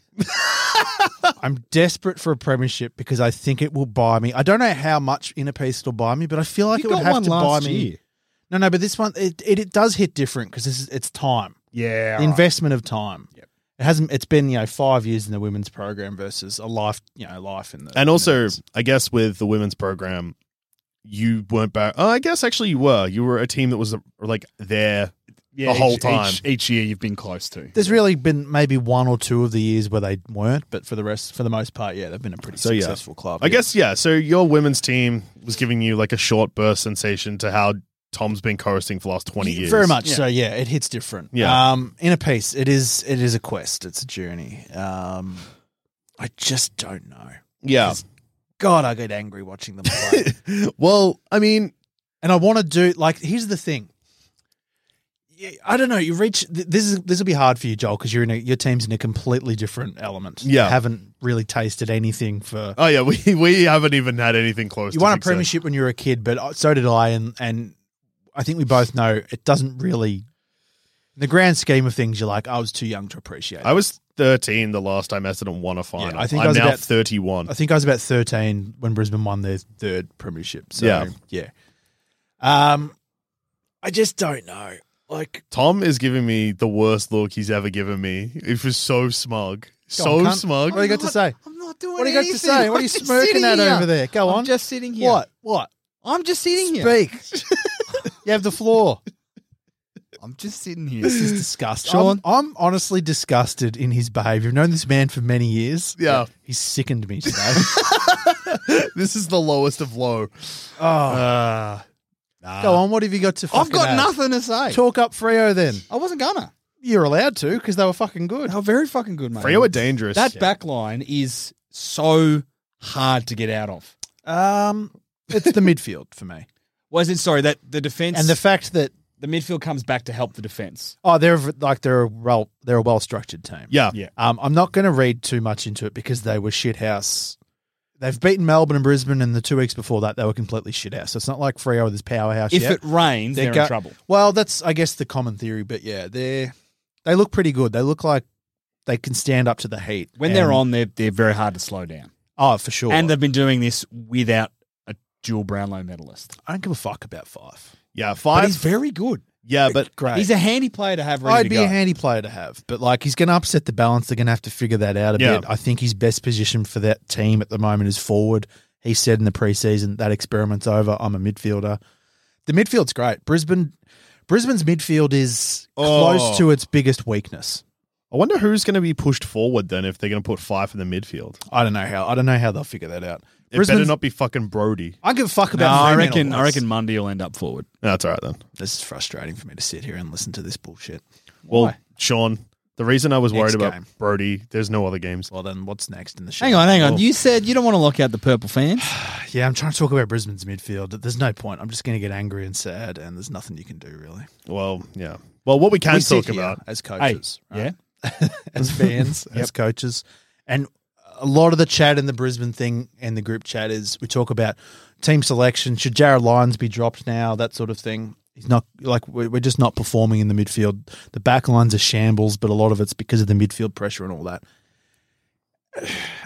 S1: I'm desperate for a premiership because I think it will buy me. I don't know how much inner peace it'll buy me, but I feel like
S2: You
S1: it would
S2: got
S1: have
S2: one
S1: to buy
S2: last
S1: me.
S2: year.
S1: No, no, but this one it it, it does hit different because this is it's time
S2: moment? Yeah.
S1: the
S2: all right.
S1: investment of time. It hasn't. It's been you know five years in the women's program versus a life you know life in the
S3: And also,
S1: men's.
S3: I guess with the women's program, you weren't back. Oh, I guess actually you were. You were a team that was uh, like there. The whole time.
S2: Each, each year you've been close to.
S1: There's really been maybe one or two of the years where they weren't, but for the rest, for the most part, yeah, they've been a pretty
S3: So, yeah.
S1: successful club.
S3: I guess yeah. So your women's team was giving you like a short burst sensation to how Tom's been co-hosting for the last twenty years.
S1: Very much. So yeah, it hits different.
S3: Yeah.
S1: Um, in a piece, it is it is a quest. It's a journey. Um, I just don't know.
S3: Yeah.
S1: God, I get angry watching them play.
S3: [laughs] Well, I mean,
S1: and I want to do like here's the thing. Yeah, I don't know. You reach th- this is this will be hard for you, Joel, because you're in a, your team's in a completely different element.
S3: Yeah.
S1: You haven't really tasted anything for.
S3: oh yeah, we [laughs] we haven't even had anything close.
S1: you
S3: to
S1: won a
S3: success.
S1: premiership when you were a kid, but uh, so did I, and and I think we both know it doesn't really. In the grand scheme of things, you're like I was too young to appreciate.
S3: I was thirteen the last time Essendon won a final.
S1: I
S3: I
S1: think
S3: think
S1: I
S3: I'm
S1: was
S3: now
S1: about-
S3: thirty-one.
S1: I think I was about 13 when Brisbane won their third premiership. So, yeah.
S3: Yeah.
S1: Um, I just don't know. Like,
S3: Tom is giving me the worst look he's ever given me. It was so smug,
S1: Go
S3: so
S1: on, cunt.
S3: smug.
S1: What do you got to say?
S2: I'm not doing
S1: What do you got to say?
S2: [laughs]
S1: What are you smirking at over there? Go on.
S2: I'm just sitting here.
S1: What? What?
S2: I'm just sitting here.
S1: Speak.
S2: [laughs]
S1: you have the floor.
S2: I'm just sitting here.
S1: This is disgusting.
S2: Sean?
S1: Mm. I'm, I'm honestly disgusted in his behavior. I've known this man for many years.
S3: Yeah.
S1: He's sickened me today.
S3: this is the lowest of low.
S1: oh. Go on. What have you got to
S2: [laughs] I've
S1: fucking
S2: got
S1: add?
S2: nothing to say.
S1: Talk up Freo then.
S2: I wasn't gonna.
S1: You're allowed to because they were fucking good.
S2: How very fucking good, mate.
S3: Freo are dangerous.
S2: That back line is so hard to get out of.
S1: Um, it's the midfield for me,
S2: Wasn't sorry that the defense
S1: and the fact that
S2: the midfield comes back to help the defense.
S1: oh, they're like they're a well they're a well structured team.
S3: Yeah.
S2: Yeah.
S1: Um, I'm not going to read too much into it because they were shithouse. They've beaten Melbourne and Brisbane, and the two weeks before that they were completely shithouse. So it's not like Freo with his powerhouse.
S2: If
S1: yet.
S2: it rains, they're,
S1: go-
S2: in trouble.
S1: Well, that's I guess the common theory, but yeah, they're they look pretty good. They look like they can stand up to the heat
S2: When they're
S1: And-
S2: on, they're they're very hard to slow down.
S1: Oh, for sure.
S2: And they've been doing this without a dual Brownlow medalist.
S1: I don't give a fuck about five.
S3: Yeah,
S2: But
S3: five.
S2: he's very good.
S3: yeah, but
S1: Great.
S2: He's a handy player to have ready
S1: I'd
S2: to
S1: be
S2: go.
S1: a handy player to have, but like he's going to upset the balance. They're going to have to figure that out a
S3: Yeah.
S1: bit. I think his best position for that team at the moment is forward. He said in the preseason that experiment's over. I'm a midfielder. The midfield's great. Brisbane, Brisbane's midfield is
S3: Oh.
S1: close to its biggest weakness.
S3: I wonder who's going to be pushed forward then if they're going to put five in the midfield.
S1: I don't know how. I don't know how they'll figure that out.
S3: It
S1: Brisbane's-
S3: better not be fucking Brody.
S1: I don't give a fuck
S2: No,
S1: about.
S2: I
S1: Fremantle
S2: reckon I
S1: once.
S2: reckon Mundy will end up forward.
S3: That's all right then.
S1: this is frustrating for me to sit here and listen to this bullshit.
S3: Well,
S1: Why?
S3: Sean, the reason I was
S1: Next
S3: worried about
S1: game.
S3: Brody, there's no other games.
S1: Well, then what's next in the show? Oh.
S2: Hang on, hang on. You said you don't want to lock out the purple [sighs] fans.
S1: Yeah, I'm trying to talk about Brisbane's midfield. There's no point. I'm just going to get angry and sad, and there's nothing you can do really.
S3: Well, yeah. Well, what we can
S1: we sit
S3: talk
S1: here
S3: about.
S1: as
S2: Hey,
S1: coaches,
S2: yeah.
S1: right? [laughs] as fans, as coaches, and a lot of the chat in the Brisbane thing and the group chat is we talk about team selection. Should Jared Lyons be dropped now? That sort of thing. He's not like we're we're just not performing in the midfield. The back lines are shambles, but a lot of it's because of the midfield pressure and all that. [sighs]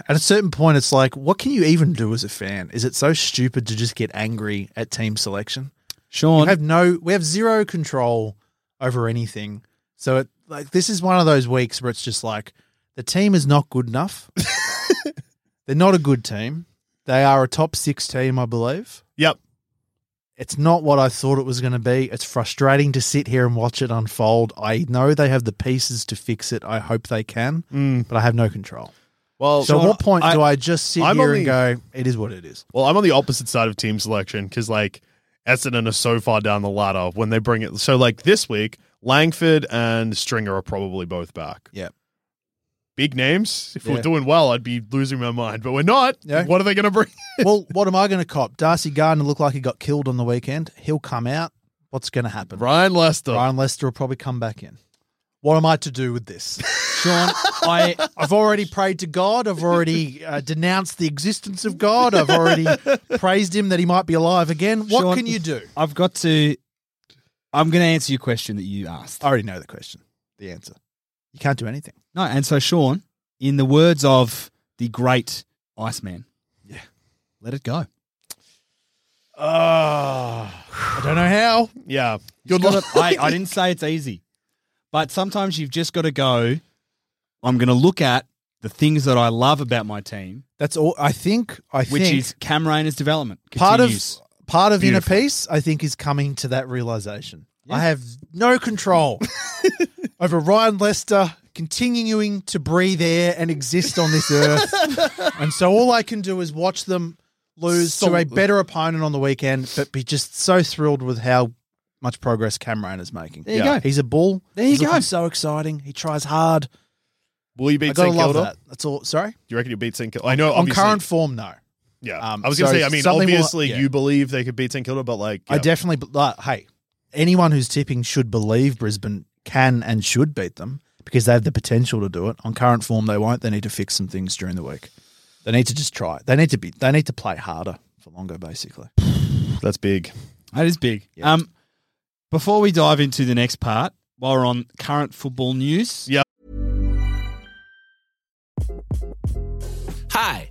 S1: At a certain point, it's like, what can you even do as a fan? Is it so stupid to just get angry at team selection?
S2: Sean,
S1: We have no, we have zero control over anything. So it like this is one of those weeks where it's just like the team is not good
S3: [laughs]
S1: enough. They're not a good team. They are a top six team, I believe.
S3: Yep.
S1: It's not what I thought it was going to be. It's frustrating to sit here and watch it unfold. I know they have the pieces to fix it. I hope they can, but I have no control.
S3: Mm. Well,
S1: So, at what point do I just sit
S3: I'm
S1: here
S3: only-
S1: and go, "It is what it is"?
S3: Well, I'm on the opposite side of team selection because like Essendon are so far down the ladder when they bring it. So like this week, Langford and Stringer are probably both back.
S1: Yep.
S3: Big names. If
S1: Yeah.
S3: we're doing well, I'd be losing my mind, but we're not.
S1: Yeah.
S3: What are they going to bring? [laughs]
S1: well, what am I going to cop? Darcy Gardner looked like he got killed on the weekend. He'll come out. What's going to happen?
S3: Ryan Lester.
S1: Ryan Lester will probably come back in. What am I to do with
S2: [laughs]
S1: this?
S2: [sighs] Sean, I
S1: I've already prayed to God. I've already uh, denounced the existence of God. I've already praised him that he might be alive again. What
S2: Sean-
S1: can you do?
S2: I've got to. I'm going to answer your question that you asked.
S1: I already know the question, the answer. You can't do anything.
S2: No, and so Sean, in the words of the great Iceman,
S1: Yeah.
S2: let it go.
S1: I don't know how.
S3: Ah. Yeah.
S2: Good luck. I, I didn't say it's easy, but sometimes you've just got to go. I'm going to look at the things that I love about my team,
S1: That's all. I think. I
S2: which
S1: think
S2: is Cam Rainer's development.
S1: part of
S2: continues.
S1: part of inner
S2: Beautiful.
S1: peace. I think is coming to that realization. I have no control over Ryan Lester continuing to breathe air and exist on this earth, and so all I can do is watch them lose to a better opponent on the weekend, but be just so thrilled with how much progress Cam Rainer's making. There
S2: you
S3: Yeah. go.
S1: He's a bull.
S2: There you
S1: He's
S2: go.
S1: looking So exciting. He tries hard.
S3: Will
S1: I
S3: you beat
S1: gotta
S3: St
S1: love
S3: Kilda?
S1: that. That's all. Sorry.
S3: Do you reckon you beat St Kilda? I know.
S1: On
S3: obviously-
S1: current form, no.
S3: yeah.
S1: um,
S3: I was gonna
S1: so
S3: say. I mean,
S1: something will-
S3: obviously,
S1: yeah.
S3: you believe they could beat St Kilda, but like,
S1: I
S3: yeah.
S1: definitely, but, like, hey, anyone who's tipping should believe Brisbane can and should beat them because they have the potential to do it. On current form, they won't. They need to fix some things during the week. They need to just try. They need to be. They need to play harder for longer, basically.
S3: that's big.
S2: That is big. Um, before we dive into the next part, while we're on current football news,
S3: Yeah.
S4: Hi,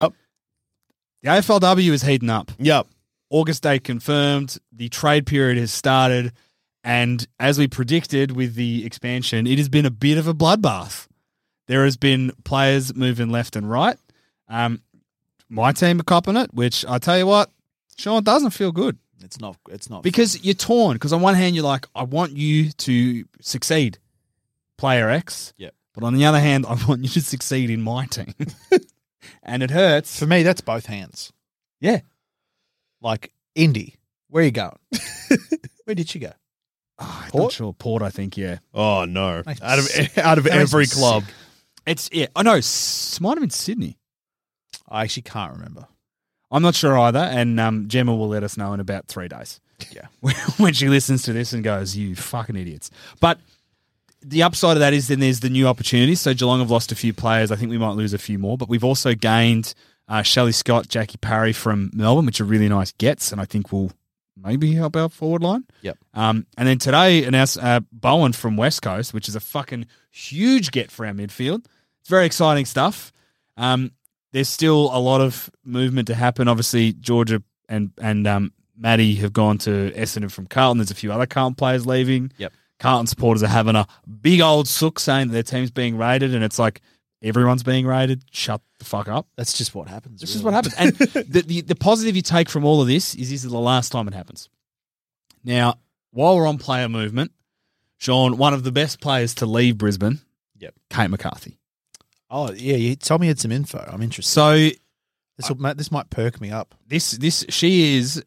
S2: the AFLW is heating up.
S3: Yep.
S2: August date confirmed. The trade period has started. And as we predicted with the expansion, it has been a bit of a bloodbath. There has been players moving left and right. Um, my team are copping it, which I tell you what, Sean doesn't feel good
S1: It's not. It's not
S2: because you're torn. Because on one hand, you're like, I want you to succeed, player X.
S1: Yep.
S2: But on the other hand, I want you to succeed in my [laughs] team. and it hurts.
S1: for me. That's both hands.
S2: Yeah.
S1: Like Indy, where you
S2: [laughs]
S1: going? where did you go?
S2: Oh, I'm not
S1: Port?
S2: sure. Port, I think, yeah.
S3: Oh no!
S1: Makes me [laughs]
S3: Out of
S1: sick.
S3: [laughs] out of
S1: That makes
S3: every
S1: me
S3: club,
S1: sick.
S2: It's yeah. I know. S- might have been Sydney.
S1: I actually can't remember.
S2: I'm not sure either. And um, Gemma will let us know in about three days.
S1: Yeah.
S2: [laughs] when she listens to this and goes, "You fucking idiots!" But the upside of that is then there's the new opportunities. So Geelong have lost a few players. I think we might lose a few more, but we've also gained uh, Shelly Scott, Jackie Parry from Melbourne, which are really nice gets, and I think will maybe help our forward line.
S1: Yep.
S2: Um, and then today announced uh, Bowen from West Coast, which is a fucking huge get for our midfield. It's very exciting stuff. Um, there's still a lot of movement to happen. Obviously, Georgia and and um, Maddie have gone to Essendon from Carlton. There's a few other Carlton players leaving.
S1: Yep.
S2: Carlton supporters are having a big old sook saying that their team's being raided, and it's like everyone's being raided. Shut the fuck up.
S1: That's just what happens.
S2: This is what happens.
S1: [laughs]
S2: And the, the, the positive you take from all of this is this is the last time it happens. Now, while we're on player movement, Sean, one of the best players to leave Brisbane,
S1: Yep.
S2: Kate McCarthy.
S1: Oh yeah, you tell me you had some info. I'm interested.
S2: So
S1: This will, this might perk me up.
S2: this this she is.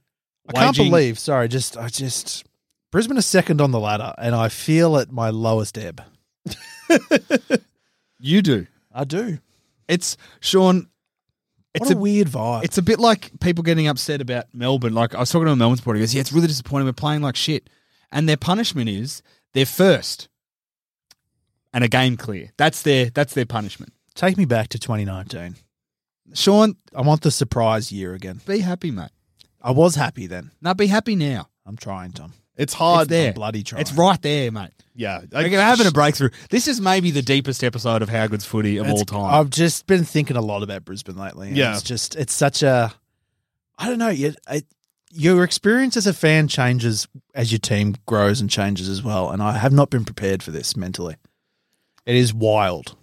S1: I can't
S2: waging-
S1: believe. Sorry, just I just Brisbane is second on the ladder, and I feel at my lowest ebb.
S2: you do.
S1: I do.
S2: It's Sean. It's
S1: what a,
S2: a,
S1: weird vibe.
S2: it's a bit like people getting upset about Melbourne. Like I was talking to a Melbourne supporter, he goes, "Yeah, it's really disappointing. We're playing like shit, and their punishment is they're first and a game clear. That's their that's their punishment."
S1: Take me back to 2019.
S2: Sean,
S1: I want the surprise year again.
S2: be happy, mate.
S1: I was happy then.
S2: Now be happy now.
S1: I'm trying, Tom.
S3: it's hard.
S2: it's Oh, there.
S1: bloody trying.
S2: It's right there, mate.
S3: Yeah,
S2: Like, we're having a breakthrough. This is maybe the deepest episode of How Good's Footy of all
S1: It's-
S2: time.
S1: I've just been thinking a lot about Brisbane lately. and
S3: Yeah.
S1: it's just it's such a I don't know. You, I, your experience as a fan changes as your team grows and changes as well, and I have not been prepared for this mentally. It is wild.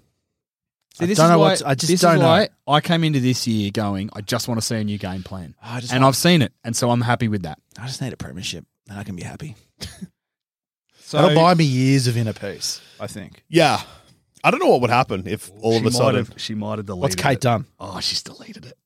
S1: I
S2: See, this
S1: don't
S2: is
S1: know
S2: why,
S1: what to- I just
S2: this
S1: don't
S2: is
S1: know.
S2: why I came into this year going, I just want to see a new game plan.
S1: I just
S2: and
S1: want-
S2: I've seen it. And so I'm happy with that.
S1: I just need a premiership, and I can be happy.
S2: So
S1: That'll buy me years of inner peace. I think.
S3: Yeah, I don't know what would happen if all of
S2: she
S3: a
S2: might
S3: sudden.
S2: have, she might have deleted.
S1: What's Kate
S2: it.
S1: done?
S2: Oh, she's deleted it.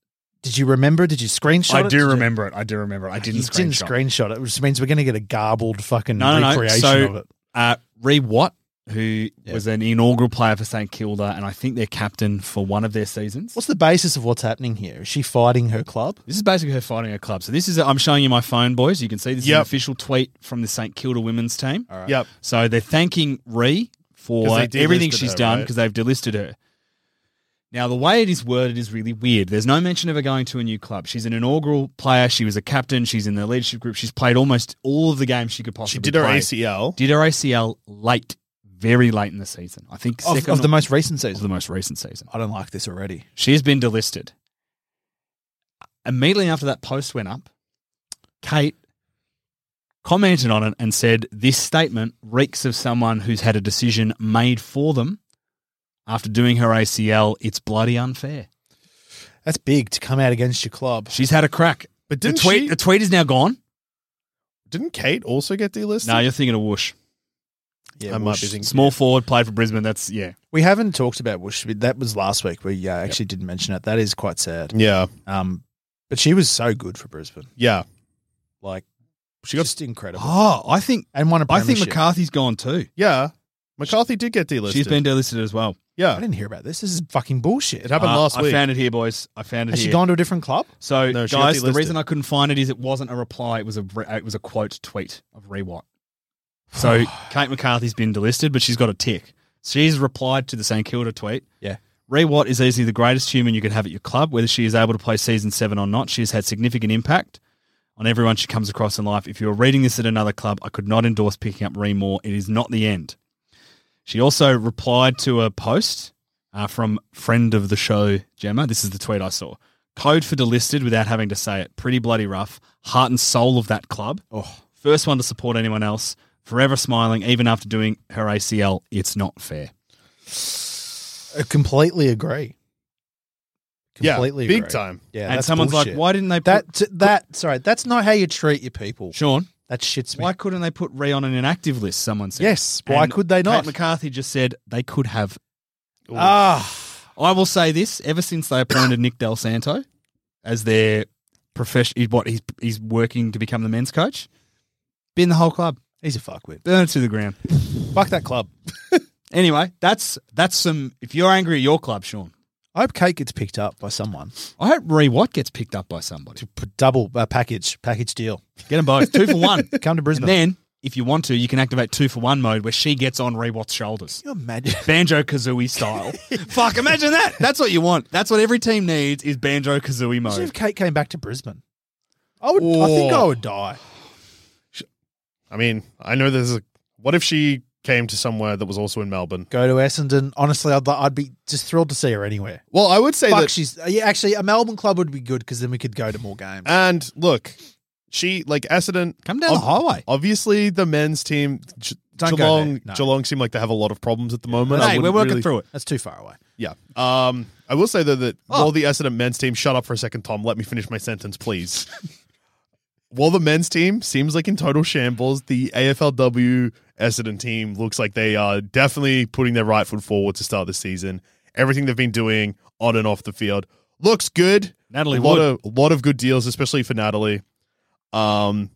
S1: Did you remember? Did you screenshot
S2: I
S1: it? Did
S2: do
S1: you-
S2: remember it. I do remember. It. I didn't.
S1: you didn't
S2: screenshot.
S1: screenshot it, which means we're going to get a garbled fucking
S2: No, no, no.
S1: recreation
S2: So,
S1: of it.
S2: uh, Ree Watt, who
S1: Yeah.
S2: was an inaugural player for St Kilda, and I think their captain for one of their seasons.
S1: What's the basis of what's happening here? Is she fighting her club?
S2: This is basically her fighting her club. So this is I'm showing you my phone, boys. You can see this is an
S3: Yep.
S2: official tweet from the St Kilda women's team.
S3: Yep.
S2: So they're thanking Ree
S3: 'Cause
S2: for
S3: they delisted
S2: everything she's
S3: her,
S2: done
S3: right?
S2: because they've delisted her. Now the way it is worded is really weird. There's no mention of her going to a new club. She's an inaugural player. She was a captain. She's in the leadership group. She's played almost all of the games she could possibly.
S3: She did her
S2: play.
S3: ACL.
S2: Did her ACL late, very late in the season. I think
S1: Of,
S2: second
S1: of the most recent
S2: of the
S1: season.
S2: most recent season.
S1: I don't like this already.
S2: She has been delisted. Immediately after that post went up, Kate commented on it and said, This statement reeks of someone who's had a decision made for them after doing her ACL. It's bloody unfair.
S1: That's big to come out against your club.
S2: She's had a crack.
S3: But
S2: The
S3: didn't
S2: tweet,
S3: she-
S2: the tweet is now gone.
S3: Didn't Kate also get delisted?
S2: No, you're thinking of Whoosh.
S3: I might be thinking-
S2: Small forward, played for Brisbane. That's, yeah.
S1: We haven't talked about Whoosh. but That was last week. We uh, actually didn't mention it. That is quite sad.
S3: Yeah.
S1: Um, but she was so good for Brisbane.
S3: Yeah.
S1: Like,
S3: She got.
S1: just incredible.
S2: Oh, I think
S1: and won a
S2: I think
S1: premiership.
S2: McCarthy's gone too.
S3: Yeah. McCarthy did get delisted.
S2: She's been delisted as well.
S1: I
S3: Yeah.
S1: didn't hear about this. This is fucking bullshit.
S3: It happened
S2: Uh,
S3: last
S2: I
S3: week.
S2: found it here, boys. I found it
S1: Has
S2: here.
S1: she gone to a different club?
S2: So,
S3: No, she got
S2: guys, the
S3: delisted.
S2: reason I couldn't find it is it wasn't a reply. It was a re- it was a quote tweet of Rewatt.
S3: [sighs]
S2: So Kate McCarthy's been delisted, but she's got a tick. She's replied to the St Kilda tweet.
S1: Yeah.
S2: Rewatt is easily the greatest human you could have at your club, whether she is able to play season seven or not. She has had significant impact on everyone she comes across in life. If you're reading this at another club, I could not endorse picking up Ree Moore. It is not the end. She also replied to a post uh, from friend of the show, Gemma. This is the tweet I saw. Code for delisted without having to say it. Pretty bloody rough. Heart and soul of that club.
S1: Oh,
S2: First one to support anyone else. Forever smiling, even after doing her ACL. It's not fair.
S1: I completely agree.
S3: Yeah,
S1: Completely
S3: big
S1: agree.
S3: time.
S1: Yeah,
S2: and
S1: that's
S2: someone's
S1: bullshit.
S2: like, why didn't they put
S1: That that sorry, that's not how you treat your people.
S2: Sean?
S1: That shits me.
S2: Why couldn't they put Ree on an inactive list? Someone said.
S1: Yes, why
S2: And
S1: could they not?
S2: Kate McCarthy just said they could have.
S1: Ah,
S2: I will say this: ever since they appointed Nick Del Santo as their profession, what he's he's working to become the men's coach, been the whole club
S1: he's a fuckwit.
S2: burn it to the ground.
S1: Fuck that club.
S2: Anyway, that's that's some. If you're angry at your club, Sean,
S1: I hope Kate gets picked up by someone.
S2: I hope Ree Watt gets picked up by somebody.
S1: P- Double uh, package, package deal.
S2: Get them both two for one.
S1: [laughs] Come to Brisbane.
S2: And then, if you want to, you can activate two for one mode where she gets on Ree Watt's shoulders.
S1: Can you
S2: [laughs]
S1: imagine?
S2: Banjo Kazooie style. [laughs] Fuck, imagine that. That's what you want. That's what every team needs is Banjo Kazooie
S1: Imagine if
S2: mode.
S1: Kate came back to Brisbane. I would. I think I
S3: Oh.
S1: would die.
S3: I mean, I know there's a. What if she came to somewhere that was also in Melbourne?
S1: Go to Essendon. Honestly, I'd li- I'd be just thrilled to see her anywhere.
S3: Well, I would say
S1: Fuck,
S3: that.
S1: she's yeah, actually a Melbourne club would be good because then we could go to more games.
S3: and look, she like Essendon.
S2: Come down the highway.
S3: Obviously, the men's team, Ge-
S1: Don't go
S3: Geelong,
S1: there, no.
S3: Geelong seem like they have a lot of problems at the moment. I
S2: Hey, we're
S3: wouldn't
S2: working
S3: really-
S2: through it.
S1: That's too far away.
S3: Yeah. Um, I will say though that
S2: Oh.
S3: while the Essendon men's team, shut up for a second, Tom. Let me finish my sentence,
S2: [laughs]
S3: please. while the men's team seems like in total shambles, the AFLW Essendon team looks like they are definitely putting their right foot forward to start the season. Everything they've been doing on and off the field looks good.
S2: Natalie
S3: a lot
S2: Wood.
S3: of a lot of good deals, especially for Natalie. Um,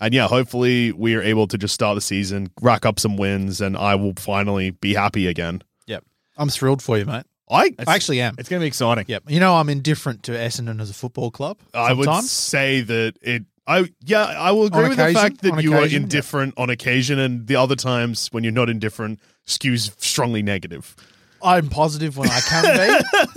S3: and yeah, hopefully we are able to just start the season, rack up some wins, and I will finally be happy again.
S1: Yep. I'm thrilled for you, mate.
S3: I
S1: I actually am.
S2: It's going to be exciting.
S1: Yep. You know, I'm indifferent to Essendon as a football club.
S3: I would
S1: sometimes.
S3: say that it. I yeah, I will agree
S1: On
S3: with
S1: occasion-
S3: the fact
S1: on
S3: that you are
S1: occasion, yeah.
S3: indifferent on occasion, and the other times when you're not indifferent skews strongly negative.
S1: I'm positive when I can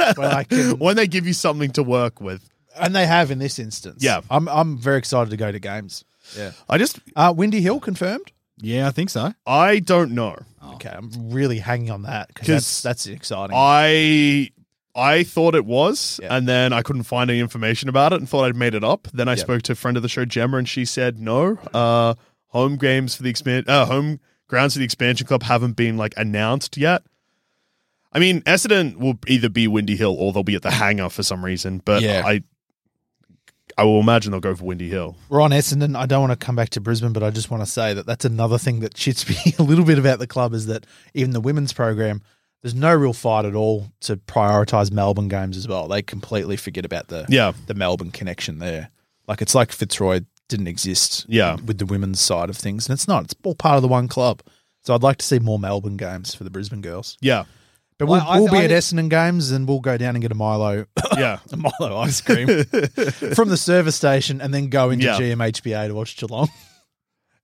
S1: be, when I can,
S3: When they give you something to work with,
S1: and they have in this instance.
S3: Yeah.
S1: I'm. I'm very excited to go to games. Yeah.
S3: I just
S1: Uh, Windy Hill confirmed.
S2: Yeah, I think so.
S3: I don't know.
S1: Okay, I'm really hanging on that
S3: 'Cause
S1: because that's that's exciting.
S3: I I thought it was,
S1: Yeah.
S3: and then I couldn't find any information about it, and thought I'd made it up. Then I
S1: Yeah.
S3: spoke to a friend of the show, Gemma, and she said no. Uh, home games for the expand uh, home grounds for the expansion club haven't been like announced yet. I mean, Essendon will either be Windy Hill or they'll be at the hangar for some reason, but
S1: Yeah.
S3: I I will imagine they'll go for Windy Hill.
S1: We're on Essendon. I don't want to come back to Brisbane, but I just [laughs] want to say that that's another thing that shits me a little bit about the club is that even the women's program, There's no real fight at all to prioritize Melbourne games as well. They completely forget about the
S3: Yeah.
S1: the Melbourne connection there. Like it's like Fitzroy didn't exist
S3: Yeah.
S1: with the women's side of things, and it's not. It's all part of the one club. So I'd like to see more Melbourne games for the Brisbane girls.
S3: Yeah.
S1: But
S2: Well,
S1: we'll,
S2: I-
S1: we'll be
S2: I-
S1: at Essendon games, and we'll go down and get a Milo [laughs]
S3: Yeah.
S1: a Milo ice [laughs] cream from the service station, and then go into
S3: Yeah.
S1: GMHBA to watch Geelong.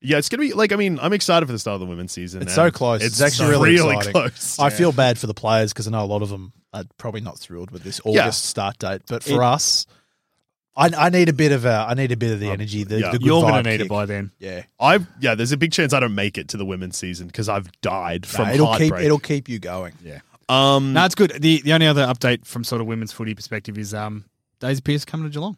S3: Yeah, it's gonna be like I mean, I'm excited for the start of the women's season.
S1: It's
S3: and
S1: so close. It's, actually really, exciting.
S3: close.
S1: I feel bad for the players because I know a lot of them are probably not thrilled with this August
S3: Yeah.
S1: start date. But for us, I, I need a bit of a I need a bit of the energy. The,
S3: yeah.
S1: the good
S2: You're
S1: going
S2: going
S1: to
S2: to need it by then.
S1: yeah.
S3: I yeah, there's a big chance I don't make it to the women's season because I've died from
S1: No, it'll keep
S3: heartbreak.
S1: it'll keep you going.
S3: um,
S2: No, it's good. The the only other update from sort of women's footy perspective is um Daisy Pierce coming to Geelong.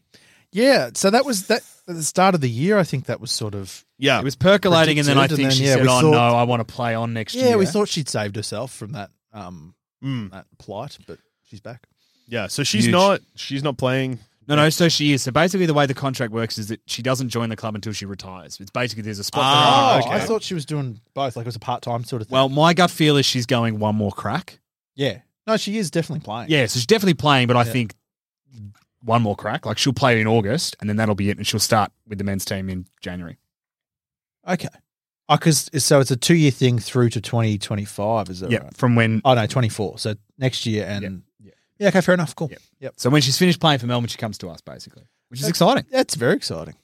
S1: Yeah. So that was that at the start of the year. I think that was sort of
S3: yeah,
S2: It was percolating, and then I
S1: Predicted,
S2: think
S1: and
S2: she
S1: then, yeah,
S2: said,
S1: we
S2: "Oh
S1: thought-
S2: no, I want to play on next
S1: yeah.
S2: year."
S1: We thought she'd saved herself from that um
S3: Mm.
S1: that plight, but she's back.
S3: yeah. So she's
S2: Huge.
S3: not she's not playing.
S2: No, no. So she is. So basically, the way the contract works is that she doesn't join the club until she retires. It's basically there's a spot.
S3: Ah,
S2: there.
S3: okay.
S1: I thought she was doing both. Like it was a part time sort of thing.
S2: Well, my gut feel is she's going one more crack.
S1: yeah. No, she is definitely playing.
S2: Yeah, so she's definitely playing, but I
S1: Yeah.
S2: think one more crack. Like she'll play in August, and then that'll be it, and she'll start with the men's team in January.
S1: Okay. Oh, cause so it's a two year thing through to twenty twenty five, is that
S2: Yeah,
S1: right?
S2: from when.
S1: Oh no, twenty four. So next year and yeah. okay, fair enough. Cool.
S2: Yep.
S1: Yep.
S2: So when she's finished playing for Melbourne, she comes to us basically, which is exciting.
S1: That's very exciting.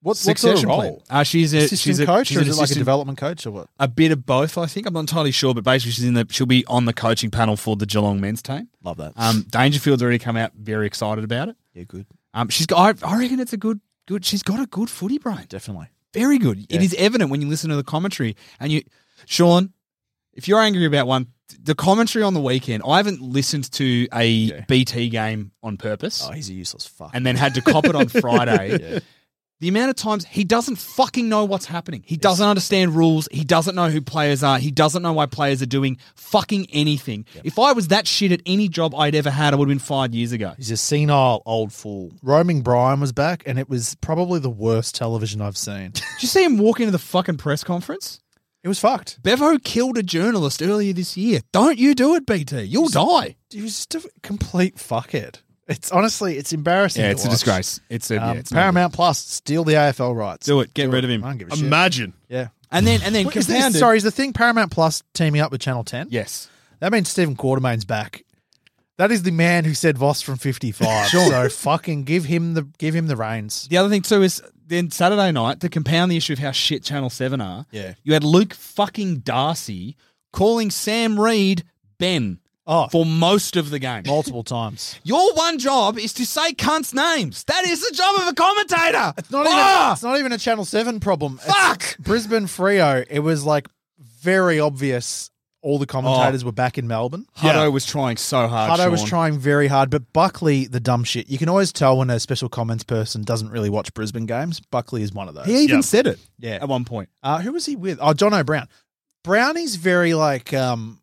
S1: What,
S2: Succession
S1: what sort of
S2: plan.
S1: role?
S2: Uh, she's a
S1: assistant
S2: she's a,
S1: coach
S2: she's
S1: or is
S2: an
S1: it like a
S2: assistant-
S1: development coach or what?
S2: A bit of both, I think. I'm not entirely sure, but basically she's in the she'll be on the coaching panel for the Geelong men's team.
S1: Love that.
S2: Um, Dangerfield's already come out very excited about it.
S1: yeah, good.
S2: Um, she's got, I, I reckon it's a good good. She's got a good footy brain.
S1: Definitely.
S2: Very good. It
S1: Yeah.
S2: is evident when you listen to the commentary. And you, Sean, if you're angry about one, the commentary on the weekend, I haven't listened to a BT game on purpose
S1: Oh, he's a useless fuck.
S2: and then had to cop it on Friday. The amount of times he doesn't fucking know what's happening. He doesn't understand rules. He doesn't know who players are. He doesn't know why players are doing fucking anything. If I was that shit at any job I'd ever had, I would have been fired years ago.
S1: He's a senile old fool. Roaming Brian was back, and it was probably the worst television I've
S2: [laughs]
S1: seen.
S2: Did you see him walk into the fucking press conference?
S1: it was fucked.
S2: Bevo killed a journalist earlier this year. Don't you do it, BT. You'll die.
S1: He was just a complete fuckhead. It's honestly, it's embarrassing. to watch.
S2: It's
S1: Um, Paramount Plus steal the AFL rights.
S2: Do it. Get rid of
S1: I
S2: him.
S1: don't give a shit.
S3: Imagine
S1: Yeah.
S2: And then and then
S1: What is this-
S2: compounded.
S1: sorry, is the thing Paramount Plus teaming up with Channel 10?
S2: Yes.
S1: That means Stephen Quartermain's back. That is the man who said Voss from
S2: [laughs]
S1: 55. So fucking give him the give him the reins.
S2: The other thing too is then Saturday night to compound the issue of how shit Channel Seven are.
S1: Yeah.
S2: You had Luke fucking Darcy calling Sam Reed Ben
S1: Oh.
S2: for most of the game.
S1: Multiple times.
S2: Your one job is to say cunts' names. That is the job of a commentator.
S1: It's not even
S2: Ah!
S1: it's not even a Channel 7 problem. It's
S2: Fuck!
S1: Brisbane Frio, it was like very obvious all
S2: Oh.
S1: the commentators were back in Melbourne.
S2: Hutto was trying so hard.
S1: Hutto was
S2: Sean.
S1: trying very hard, but Buckley, the dumb shit. You can always tell when a special comments person doesn't really watch Brisbane games. Buckley is one of those.
S2: He even
S3: Yeah.
S2: said it.
S1: Yeah.
S2: At one point.
S1: Uh, who was he with? Oh, John O'Brown. Brownie's very like, um,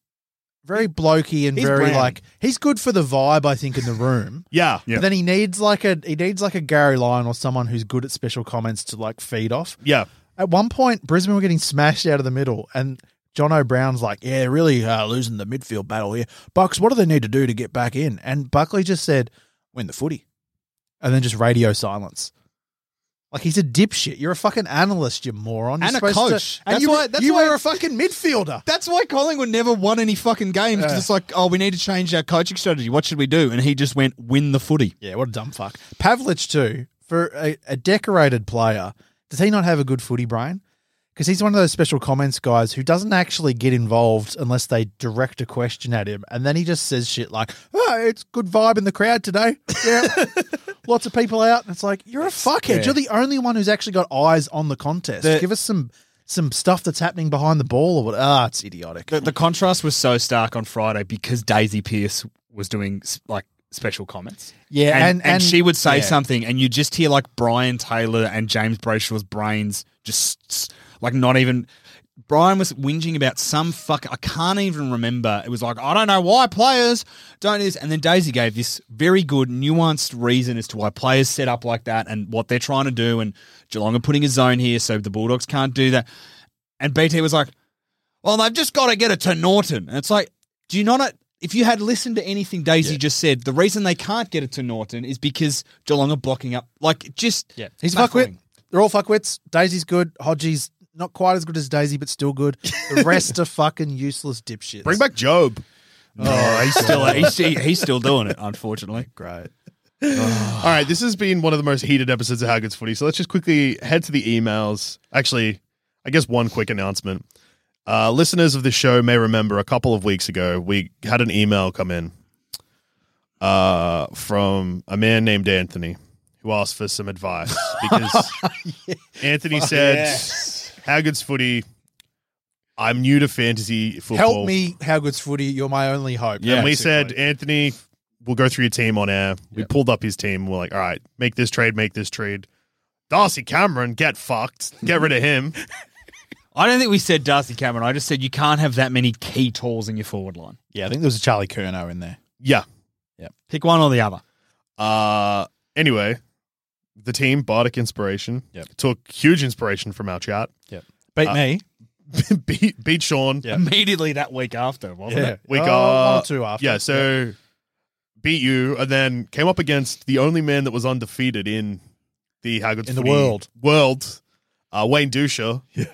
S1: very blokey and
S2: He's
S1: very
S2: Brown.
S1: like. He's good for the vibe, I think, in the room.
S3: yeah.
S1: But then he needs like a he needs like a Gary Lyon or someone who's good at special comments to like feed off.
S3: Yeah.
S1: At one point, Brisbane were getting smashed out of the middle, and John O'Brown's like, "Yeah, really uh, losing the midfield battle here, Bucks. What do they need to do to get back in?" And Buckley just said, "Win the footy," and then just radio silence. Like he's a dipshit. You're a fucking analyst, you moron, You're
S2: And a
S1: supposed
S2: coach.
S1: To, and
S2: That's
S1: you,
S2: why-
S1: were-
S2: that's
S1: you
S2: why-
S1: were a fucking midfielder.
S2: That's why Collingwood never won any fucking games because
S1: Yeah.
S2: it's like, oh, we need to change our coaching strategy. What should we do? And he just went, win the footy.
S1: Yeah, what a dumb fuck. Pavlich too, for a, a decorated player, does he not have a good footy brain? Because he's one of those special comments guys who doesn't actually get involved unless they direct a question at him, and then he just says shit like, "Oh, it's good vibe in the crowd today.
S2: [laughs]
S1: Yeah, lots of people out." And it's like, you're a fuckhead.
S2: yeah.
S1: You're the only one who's actually got eyes on the contest.
S2: The-
S1: Give us some some stuff that's happening behind the ball or what? Ah, it's idiotic.
S2: The, the contrast was so stark on Friday because Daisy Pierce was doing s- like special comments.
S1: Yeah,
S2: And, and,
S1: and- and-
S2: she would say
S1: yeah.
S2: something, and you just hear like Brian Taylor and James Brayshaw's brains just s- like not even. Brian was whinging about some fuck. I can't even remember. It was like, I don't know why players don't do this. And then Daisy gave this very good, nuanced reason as to why players set up like that and what they're trying to do. And Geelong are putting a zone here, so the Bulldogs "Oh, can't do that. And BT was like, well, they've just got to get it to Norton. And it's like, Do you not? If you had listened to anything Daisy just said, the reason they can't get it to Norton is because Geelong are blocking up. Like, just
S1: Yeah, he's a fuckwit. They're all fuckwits. Daisy's good. Hodgie's not quite as good as Daisy, but still good. The rest are fucking useless dipshits.
S3: Bring back Job.
S2: Oh, he's still he's, he's still doing it. Unfortunately,
S1: [laughs] Great.
S3: All right, this has been one of the most heated episodes of How Good's Footy. So let's just quickly head to the emails. Actually, I guess one quick announcement. Uh, listeners of the show may remember a couple of weeks ago we had an email come in uh, from a man named Anthony who asked for
S1: [laughs]
S3: some advice because Anthony said, "How good's footy? I'm new to fantasy football.
S1: Help me, how good's footy? You're my only hope.
S3: and we said, Anthony, we'll go through your team on air. We pulled up his team. We're like, all right, make this trade, make this trade. Darcy Cameron, get fucked. Get rid
S1: [laughs]
S3: of him.
S2: I don't think we said Darcy Cameron. I just said you can't have that many key tools in your forward line.
S1: yeah, I think there was a Charlie Kerno in there.
S3: yeah.
S2: Pick one or the other.
S3: Uh anyway, the team, Bardic Inspiration,
S1: Yep.
S3: took huge inspiration from our chat. [laughs]
S1: Yep. Beat
S3: Uh,
S1: me.
S3: beat, beat Sean.
S1: Yeah.
S2: Immediately that week after, wasn't it?
S3: We
S1: Oh,
S3: got
S1: one or two after.
S3: Yeah, so beat you and then came up against the only man that was undefeated in the Haggard's
S1: In the world.
S3: World. Uh, Wayne Dusha. Yeah.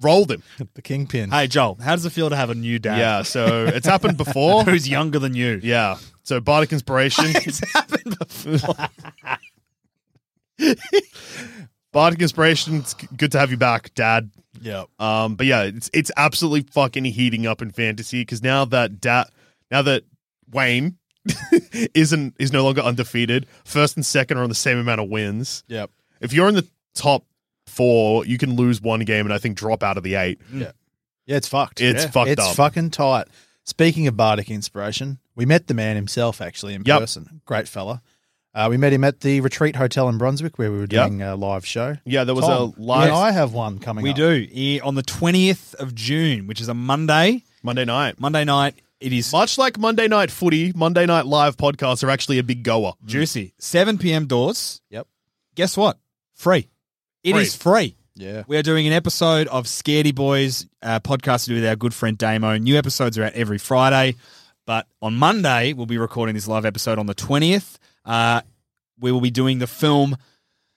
S3: Rolled him.
S1: the kingpin.
S2: Hey Joel, how does it feel to have a new dad?
S3: Yeah, so it's happened before.
S2: [laughs] Who's younger
S1: [laughs]
S2: than you?
S3: Yeah. So Bardic Inspiration.
S2: It's happened before.
S3: Bardic Inspiration, it's g- good to have you back, Dad.
S1: Yeah.
S3: Um, but yeah, it's it's absolutely fucking heating up in fantasy because now that da- now that Wayne [laughs] isn't is no longer undefeated, first and second are on the same amount of wins.
S1: Yep.
S3: If you're in the top four, you can lose one game and I think drop out of the eight.
S1: Yeah, it's fucked.
S3: It's
S1: Yeah.
S3: fucked
S1: It's
S3: up.
S1: fucking tight. Speaking of Bardic inspiration, we met the man himself actually in
S3: Yep.
S1: person. Great fella. Uh, we met him at the Retreat Hotel in Brunswick where we were
S3: Yep.
S1: doing a live show.
S3: Yeah, there was
S1: Tom,
S3: a live
S1: you and I have one coming.
S2: [laughs] we
S1: up.
S2: do. Eh, On the twentieth of June, which is a Monday.
S3: Monday night.
S2: Monday night, it is
S3: Much like Monday night footy, Monday night live podcasts are actually a big goer.
S2: Mm. juicy. Seven PM doors.
S1: Yep.
S2: Guess what? Free. It
S3: Free.
S2: is free.
S1: Yeah.
S2: We are doing an episode of Scaredy Boys uh, podcast to do with our good friend Damo. New episodes are out every Friday, but on Monday we'll be recording this live episode on the twentieth. Uh, we will be doing the film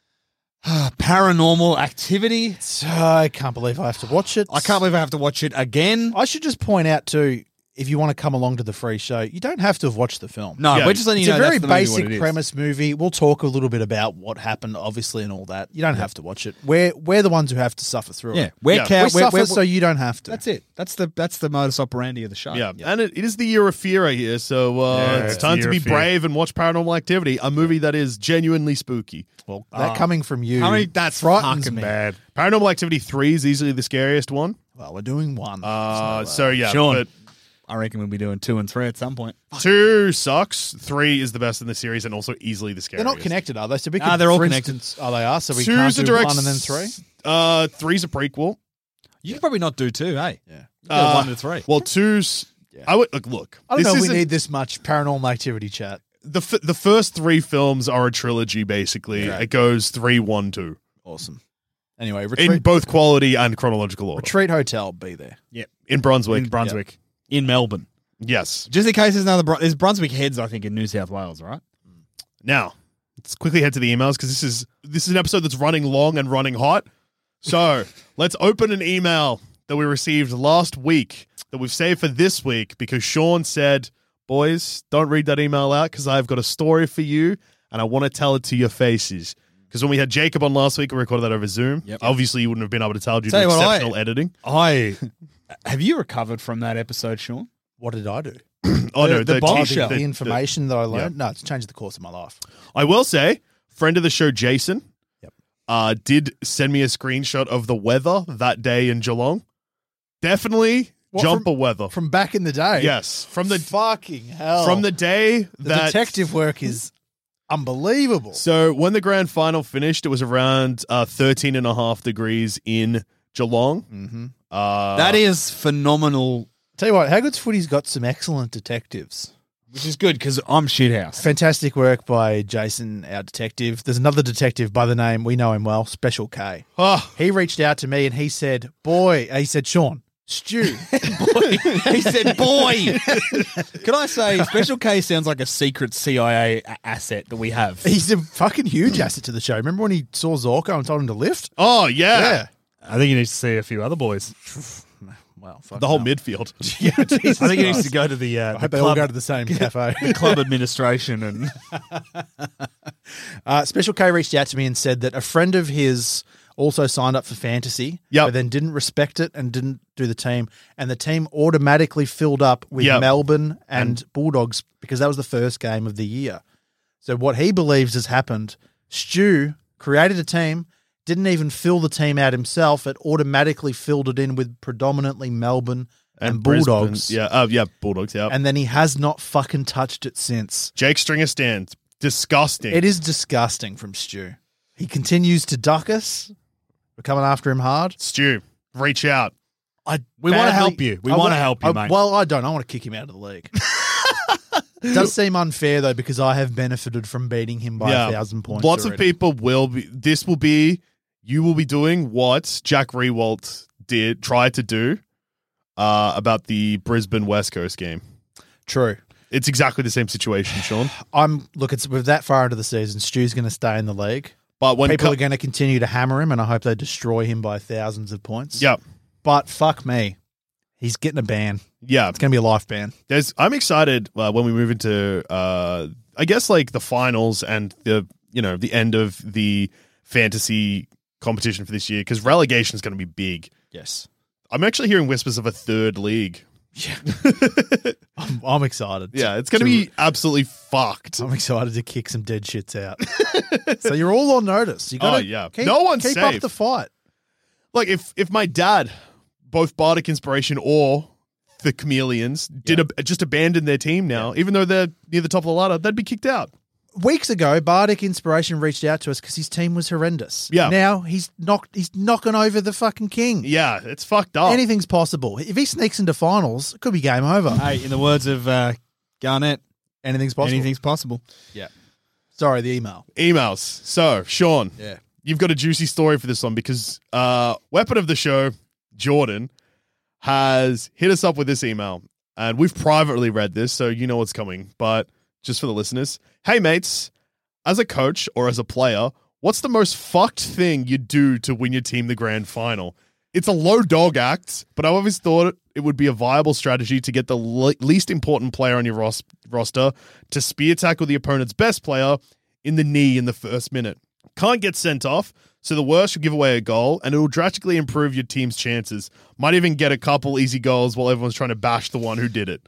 S2: [sighs] Paranormal Activity.
S1: So I can't believe I have to watch it.
S2: I can't believe I have to watch it again.
S1: I should just point out too, if you want to come along to the free show, you don't have to have watched the film.
S2: No,
S3: Yeah,
S2: we're just letting
S1: It's
S2: you
S1: a
S2: know.
S1: very
S2: that's the movie what
S1: basic
S2: it is.
S1: premise movie. We'll talk a little bit about what happened, obviously, and all that. You don't have to watch it. We're we're the ones who have to suffer through
S2: Yeah,
S1: it.
S2: we're
S3: Yeah.
S1: we
S2: cow- we're-
S1: suffer,
S2: we're-
S1: so you don't have to.
S2: that's it. That's the that's the modus operandi of the show.
S3: Uh, Yeah, and it, it is the year of fear right here, so uh, it's time to be brave and watch Paranormal Activity, a movie that is genuinely spooky. Well, uh,
S1: That coming from you.
S2: I mean, Ah. that's
S1: frightens
S2: fucking
S1: me.
S2: bad.
S3: Paranormal Activity three is easily the scariest one.
S1: Well, we're doing
S2: Ah,
S1: one.
S3: Uh, so yeah,
S2: Sean. I reckon we'll be doing two and three at some point.
S3: but two sucks. Three is the best in the series and also easily
S1: they're
S3: the scariest.
S1: not connected, are they? So we
S2: Ah,
S1: could,
S2: they're all
S1: for
S2: connected.
S1: Instance, oh, they are. So we
S3: Two's
S1: can't do
S3: a direct
S1: one and then three.
S3: s- Uh, three's a prequel.
S2: You could probably not do two, eh?
S1: Yeah.
S3: Uh,
S2: one to three.
S3: Well, two's. I would look. look
S1: I don't
S3: this
S1: know. If we
S3: isn't-
S1: need this much paranormal activity chat.
S3: the f- the first three films are a trilogy. Basically,
S1: Right.
S3: it goes three, one, two
S1: Awesome. Anyway,
S3: in
S1: retreat,
S3: both quality and chronological order.
S1: retreat hotel. Be there.
S3: in Brunswick,
S2: in Brunswick, in Melbourne.
S3: yes.
S2: Just in case there's another, Bru- there's Brunswick heads, I think, in New South Wales, right?
S3: Now, let's quickly head to the emails because this is this is an episode that's running long and running hot.
S2: [laughs]
S3: So let's open an email that we received last week that we've saved for this week because Sean said, "Boys, don't read that email out because I've got a story for you and I want to tell it to your faces." Because when we had Jacob on last week, we recorded that over Zoom.
S2: Yep.
S3: Obviously, you wouldn't have been able to tell due
S2: Tell
S3: to
S2: you what, I-
S3: exceptional editing.
S1: [laughs]
S2: I have you recovered from that episode, Sean?
S1: What did I do?
S3: Oh no,
S2: the
S3: the,
S2: bomb
S3: TV
S2: shell.
S1: The information that I learned. No, it's changed the course of my life.
S3: I will say, friend of the show, Jason,
S1: Yep.
S3: uh, did send me a screenshot of the weather that day in Geelong. Definitely
S1: What,
S3: jumper
S1: from-
S3: weather.
S1: From back in the day.
S3: Oh. yes, from the
S1: fucking hell.
S3: from the day
S1: The
S3: that
S1: detective work is unbelievable.
S3: So when the grand final finished, it was around uh, 13 and a half degrees in Geelong.
S1: mm-hmm.
S3: Uh,
S2: that is phenomenal,
S1: Tell you what, Haggard's Footy's got some excellent detectives.
S2: which is good because I'm
S1: [laughs]
S2: shithouse.
S1: Fantastic work by Jason, our detective. There's another detective by the name, we know him well, Special K.
S3: oh,
S1: He reached out to me and he said, Boy, he said, Sean,
S2: Stew. boy. he said, boy. [laughs] Can I say, Special K sounds like a secret CIA a- asset that we have.
S1: He's a fucking huge asset to the show. Remember when he saw Zorko and told him to lift?
S3: Oh yeah,
S2: I think you need to see a few other boys.
S1: Well, fuck
S3: the whole
S1: no.
S3: midfield.
S1: [laughs]
S3: [laughs]
S1: yeah, [laughs] Jesus
S2: I think you need
S1: Christ.
S2: to go to the, uh,
S1: I
S2: the
S1: hope they all
S2: club,
S1: go to the
S2: [laughs]
S1: same cafe.
S2: the club administration and
S1: Uh, Special K reached out to me and said that a friend of his also signed up for fantasy,
S3: Yep.
S1: but then didn't respect it and didn't do the team, and the team automatically filled up with
S3: Yep.
S1: Melbourne and, Bulldogs because that was the first game of the year. So what he believes has happened, Stu created a team, didn't even fill the team out himself, it automatically filled it in with predominantly Melbourne and, Bulldogs.
S3: Brisbane. Yeah, uh, yeah, Bulldogs. Yeah,
S1: And then he has not fucking touched it since.
S3: Jake Stringer stands. Disgusting.
S1: It is disgusting from Stu. He continues to duck us. We're coming after him hard.
S3: Stu, reach out.
S1: I
S2: We wanna
S1: badly-
S2: help you. We
S1: I
S2: wanna
S1: wa-
S2: help you,
S1: I-
S2: mate.
S1: Well, I don't. I want to kick him out of the league. it [laughs] does seem unfair though because I have benefited from beating him by a thousand points.
S3: Lots of
S1: already.
S3: people will be. This will be. You will be doing what Jack Rewalt did tried to do uh, about the Brisbane West Coast game.
S1: True.
S3: It's exactly the same
S1: [sighs]
S3: situation, Sean.
S1: I'm look. It's we're that far into the season. Stu's going to stay in the league.
S3: But when
S1: people
S3: co-
S1: are going to continue to hammer him, and I hope they destroy him by thousands of points.
S3: yeah,
S1: But fuck me, he's getting a ban.
S3: yeah,
S1: It's going to be a life ban.
S3: there's I'm excited uh, when we move into uh I guess like the finals and the you know the end of the fantasy competition for this year because relegation is going to be big.
S1: [laughs] Yes,
S3: I'm actually hearing whispers of a third league. [laughs]
S1: I'm, I'm excited.
S3: Yeah, it's going to be absolutely fucked.
S1: I'm excited to kick some dead shits [laughs] out. so you're all on notice. You got
S3: Oh, yeah.
S1: keep,
S3: No one's
S1: keep
S3: safe.
S1: up the fight.
S3: Like if if my dad, both Bardic Inspiration or the Chameleons did ab- just abandon their team now, even though they're near the top of the ladder, they'd be kicked out.
S1: Weeks ago, Bardic Inspiration reached out to us because his team was horrendous.
S3: Yeah.
S1: Now he's knocked. He's knocking over the fucking king.
S3: Yeah, it's fucked up.
S1: Anything's possible. If he sneaks into finals, it could be game over.
S2: hey, in the words of uh, Garnett,
S1: Anything's possible.
S2: anything's possible.
S1: Sorry, the email.
S3: emails. So, Sean,
S1: Yeah.
S3: you've got a juicy story for this one because uh, weapon of the show, Jordan, has hit us up with this email, and we've privately read this, so you know what's coming. But just for the listeners, hey mates, as a coach or as a player, what's the most fucked thing you do to win your team the grand final? It's a low dog act, but I always thought it would be a viable strategy to get the le- least important player on your ros- roster to spear tackle the opponent's best player in the knee in the first minute. Can't get sent off, so the worst will give away a goal, and it will drastically improve your team's chances. Might even get a couple easy goals while everyone's trying to bash the one who did it.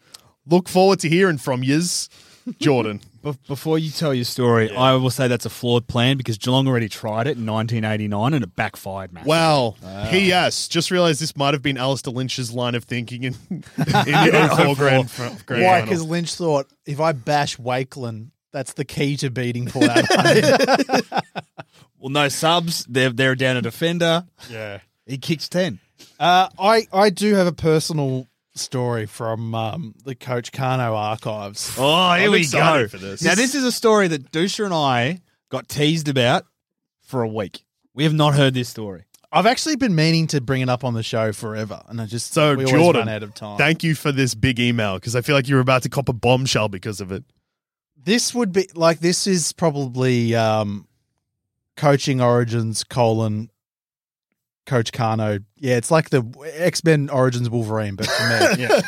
S3: Look forward to hearing from yous, Jordan. [laughs]
S2: Be- before you tell your story, I will say that's a flawed plan because Geelong already tried it in 1989 and it backfired, man.
S3: Well, P.S. Just realized this might have been Alistair Lynch's line of thinking in, [laughs] in the 04 grand, grand
S1: Why?
S3: final.
S1: Because Lynch thought if I bash Wakeland, that's the key to beating [laughs] Port Adelaide.
S2: well, no subs. They're they're down a defender. Yeah, he kicks ten.
S1: Uh, I I do have a personal story from um, the Coach Carno archives.
S2: Oh, here
S3: I'm
S2: we
S3: excited for
S2: go.
S3: this.
S2: Now, this is a story that Dusha and I got teased about for a week. We have not heard this story.
S1: I've actually been meaning to bring it up on the show forever, and I just
S3: So,
S1: we always
S3: Jordan,
S1: run out of time.
S3: thank you for this big email because I feel like you were about to cop a bombshell because of it.
S1: this would be like this is probably um, coaching origins colon Coach Carno. Yeah, it's like the X Men Origins Wolverine, but
S3: [laughs]
S1: for me.
S2: Yeah.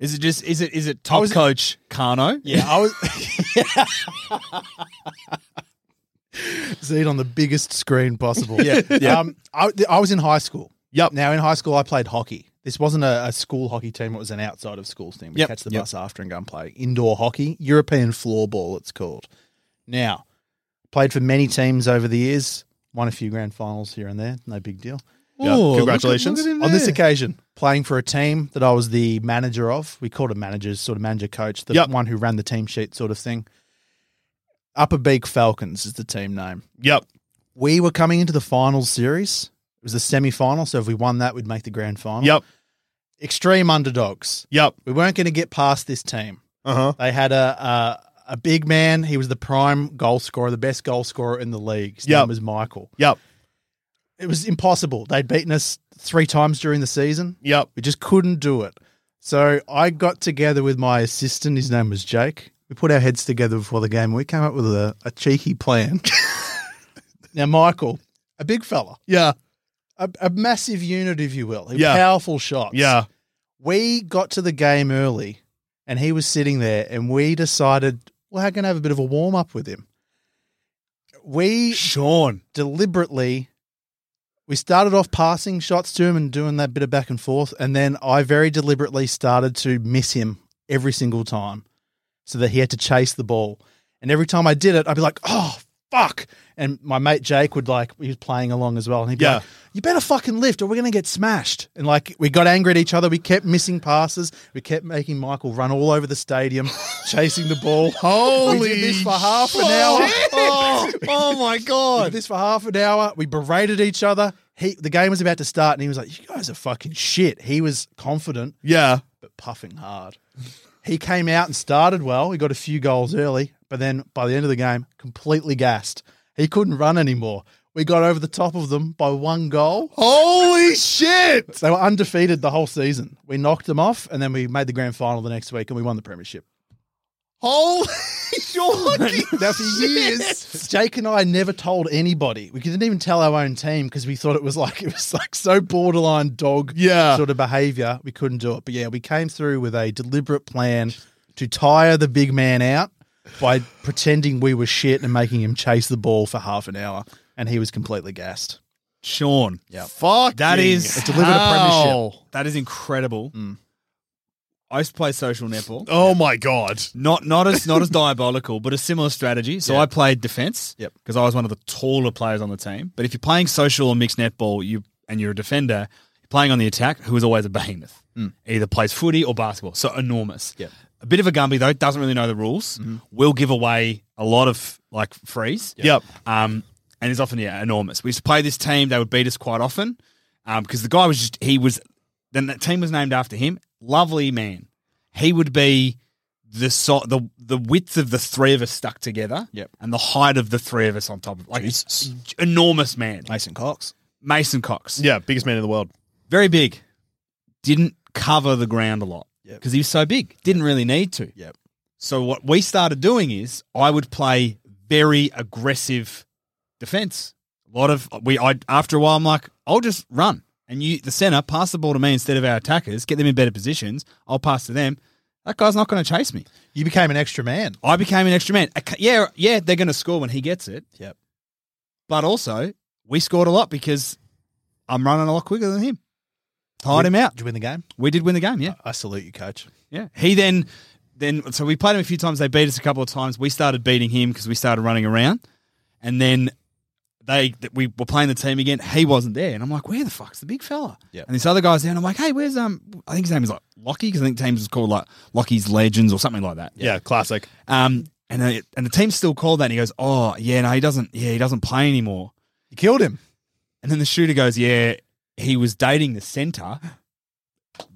S2: Is it just is it is it top
S1: was-
S2: coach Carno?
S1: [laughs] Yeah, I was. See it on the biggest screen possible. Yeah, Um, I, I was in high school.
S3: Yep.
S1: Now in high school, I played hockey. This wasn't a, a school hockey team; it was an outside of schools team. We
S2: Yep,
S1: catch the
S2: yep.
S1: bus after and go and play indoor hockey, European floorball. It's called. Now, played for many teams over the years. Won a few grand finals here and there. No big deal.
S2: Oh,
S3: Yeah, congratulations.
S1: On this occasion, playing for a team that I was the manager of, we called him managers, sort of manager coach, the
S3: Yep.
S1: one who ran the team sheet, sort of thing. Upper Beak Falcons is the team name.
S3: Yep.
S1: We were coming into the finals series. It was the semi final. So if we won that, we'd make the grand final.
S3: Yep.
S1: Extreme underdogs.
S3: Yep.
S1: We weren't going to get past this team.
S3: Uh huh.
S1: They had a, a, a big man. He was the prime goal scorer, the best goal scorer in the league. His
S3: Yep.
S1: name was Michael
S3: Yep.
S1: it was impossible. They'd beaten us three times during the season.
S3: Yep.
S1: We just couldn't do it. So I got together with my assistant. His name was Jake. We put our heads together before the game. We came up with a, a cheeky plan. [laughs] now, Michael, a big fella,
S3: Yeah.
S1: a, a massive unit, if you will,
S3: Yeah.
S1: powerful shots.
S3: Yeah.
S1: We got to the game early and he was sitting there and we decided we're going to have a bit of a warm up with him. We
S2: Sean.
S1: deliberately we started off passing shots to him and doing that bit of back and forth and then i very deliberately started to miss him every single time so that he had to chase the ball and every time i did it i'd be like oh fuck and my mate jake would like he was playing along as well and he'd be
S3: Yeah.
S1: like you better fucking lift or we're gonna get smashed and like we got angry at each other we kept missing passes we kept making michael run all over the stadium [laughs] chasing the ball
S3: Holy
S1: we did this for half an hour [laughs]
S2: Oh, [laughs] oh my
S1: we
S2: god.
S1: did this for half an hour. We berated each other. He, the game was about to start, and he was like, "You guys are fucking shit." He was confident
S3: Yeah.
S1: but puffing hard. He came out and started well. He got a few goals early, but then by the end of the game, completely gassed. He couldn't run anymore. We got over the top of them by one goal.
S3: Holy shit.
S1: They were undefeated the whole season. We knocked them off, and then we made the grand final the next week, and we won the premiership. [laughs]
S3: Holy
S1: Now, for years, Jake and I never told anybody. We didn't even tell our own team because we thought it was like [laughs] it was like so borderline dog
S3: Yeah.
S1: sort of behavior. We couldn't do it. But yeah, we came through with a deliberate plan to tire the big man out by pretending we were shit and making him chase the ball for half an hour, and he was completely gassed.
S2: Sean.
S3: Fuck.
S2: That is
S1: It delivered a premiership.
S2: That is incredible.
S1: Mm.
S2: I used to play social netball.
S3: Oh my god.
S2: Not not as not as diabolical, but a similar strategy. So I played defense.
S1: Yep.
S2: Because I was one of the taller players on the team. But if you're playing social or mixed netball, you and you're a defender, you're playing on the attack, who is always a behemoth. Either plays footy or basketball. So enormous.
S1: Mm. Yep. Mm-hmm.
S2: A bit of a Gumby though, doesn't really know the rules. Will give away a lot of like frees.
S3: Yep.
S2: Um, and is often yeah, enormous. We used to play this team; they would beat us quite often um, because the guy was just he was. Then that team was named after him. Lovely man. He would be the so, the the width of the three of us stuck together.
S1: Yep.
S2: And the height of the three of us on top of like
S1: Jesus.
S2: enormous man,
S1: Mason Cox.
S2: Mason Cox.
S3: Yeah, biggest man in the world.
S2: Very big. Didn't cover the ground a lot because
S1: Yep.
S2: he was so big. Didn't really need to.
S1: Yep.
S2: So what we started doing is I would play very aggressive defense. A lot of we I after a while I'm like, I'll just run. And you the center pass the ball to me instead of our attackers, get them in better positions, I'll pass to them. That guy's not going to chase me.
S1: You became an extra man.
S2: I became an extra man. I ca- Yeah, yeah, they're going to score when he gets it.
S1: Yep.
S2: But also, we scored a lot because I'm running a lot quicker than him. Tied him out.
S1: Did you win the game?
S2: We did win the game, yeah.
S1: I salute you, coach.
S2: Yeah. He then then so we played him a few times. They beat us a couple of times. We started beating him because we started running around, and then they th- we were playing the team again. He wasn't there, and I'm like, where the fuck's the big fella?
S1: Yeah.
S2: And this other guy's there, and I'm like, hey, where's um? I think his name is like Lockie because I think the team's called like Lockie's Legends or something like that.
S3: Yeah, classic.
S2: Um. And they, and the team still called that, and he goes, oh yeah, no, he doesn't. Yeah, he doesn't play anymore.
S1: You killed him.
S2: And then the shooter goes, Yeah, he was dating the center.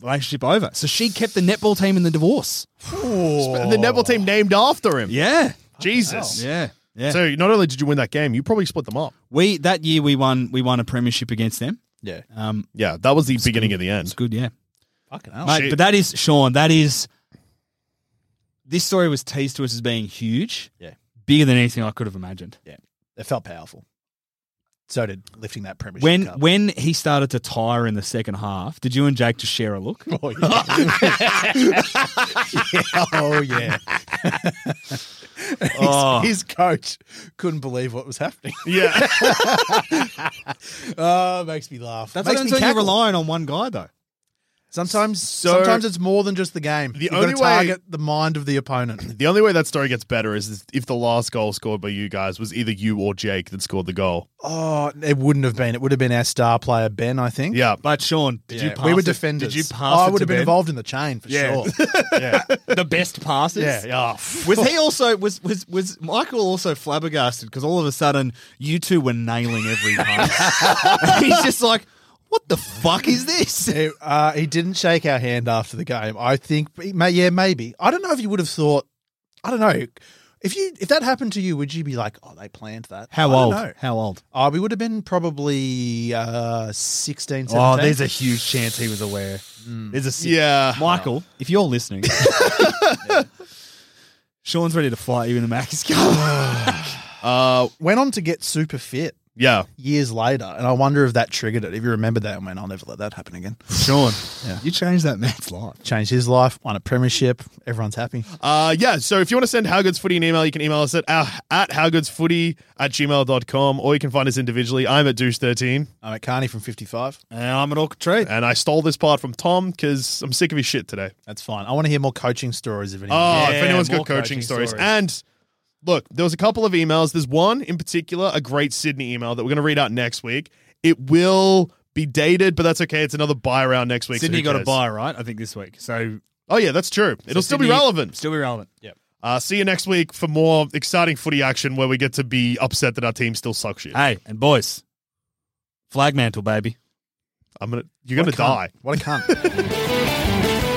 S2: Relationship over. So she kept the netball team in the divorce.
S3: And the netball team named after him.
S2: Yeah.
S3: Jesus.
S2: Yeah. Yeah.
S3: So not only did you win that game, you probably split them up.
S2: we that year we won we won a premiership against them.
S1: Yeah.
S2: Um
S3: Yeah, that was the beginning of the
S2: it's
S3: end.
S2: good, yeah.
S1: Fucking hell.
S2: Mate,
S3: shit.
S2: but that is Sean, that is this story was teased to us as being huge.
S1: Yeah.
S2: Bigger than anything I could have imagined.
S1: It felt powerful. So did lifting that premiership.
S2: When
S1: cup.
S2: when he started to tire in the second half, did you and Jake just share a look?
S1: Oh yeah. [laughs] Oh yeah.
S2: Oh.
S1: His coach couldn't believe what was happening. [laughs]
S3: Yeah.
S1: Oh, it makes me laugh.
S2: That's
S1: makes
S2: what I'm
S1: me
S2: saying. You're
S1: cackle.
S2: relying on one guy though.
S1: Sometimes,
S3: So-
S1: sometimes it's more than just the game.
S3: The
S1: You've
S3: only
S1: got
S3: way-
S1: to target the mind of the opponent.
S3: [laughs] [clears throat] the only way that story gets better is if the last goal scored by you guys was either you or Jake that scored the goal.
S1: Oh, it wouldn't have been. It would have been our star player Ben, I think.
S3: Yeah.
S2: But Sean, did you
S1: Yeah,
S2: pass
S1: we were
S2: it-
S1: defenders.
S2: Did you pass
S1: Oh, I
S2: it
S1: would
S2: to
S1: have been
S2: Ben?
S1: involved in the chain for
S2: [laughs] Yeah.
S1: sure. yeah.
S2: the best passes.
S1: Yeah. Oh,
S2: Was he also was was was Michael also flabbergasted because all of a sudden you two were nailing every pass. [laughs] He's just like, what the fuck is this?
S1: He, uh, he didn't shake our hand after the game. I think, may, yeah, maybe. I don't know if you would have thought. I don't know. If you if that happened to you, would you be like, oh, they planned that? I
S2: How
S1: don't
S2: old?
S1: know.
S2: How old?
S1: Uh, we would have been probably uh, 16, 17.
S2: Oh, there's a huge chance he was aware. There's a si-
S3: Yeah.
S2: Michael, if you're listening, [laughs] Sean's ready to fight you in the Macca's car.
S3: Uh,
S1: Went on to get super fit
S3: yeah.
S1: years later, and I wonder if that triggered it. If you remember that, and went, I'll never let that happen again.
S2: Sean, you changed that man's life.
S1: Changed his life, won a premiership. Everyone's happy.
S3: Uh, yeah. So if you want to send Howgoods Footy an email, you can email us at, uh, at howgoodsfooty at gmail.com or you can find us individually. I'm at douche13
S1: I'm at Carney from 55.
S2: And I'm an Orca Tree.
S3: and I stole this part from Tom because I'm sick of his shit today.
S1: That's fine. I want to hear more coaching stories if anyone.
S3: Oh,
S2: Yeah,
S3: if anyone's got
S2: more
S3: coaching,
S2: coaching
S3: stories.
S2: stories.
S3: And look, there was a couple of emails. There's one in particular, a great Sydney email that we're going to read out next week. It will be dated, but that's okay. It's another buy round next week. so
S2: Sydney
S3: who
S2: got a
S3: cares?
S2: buy, right? I think this week. So
S3: Oh, yeah, that's true. It'll
S2: so
S3: still be
S2: Sydney-
S3: relevant.
S2: Still be relevant. Yep.
S3: Uh, see you next week for more exciting footy action where we get to be upset that our team still sucks shit.
S2: Hey, and boys, flag mantle, baby.
S3: I'm gonna, you're gonna die.
S1: What a cunt.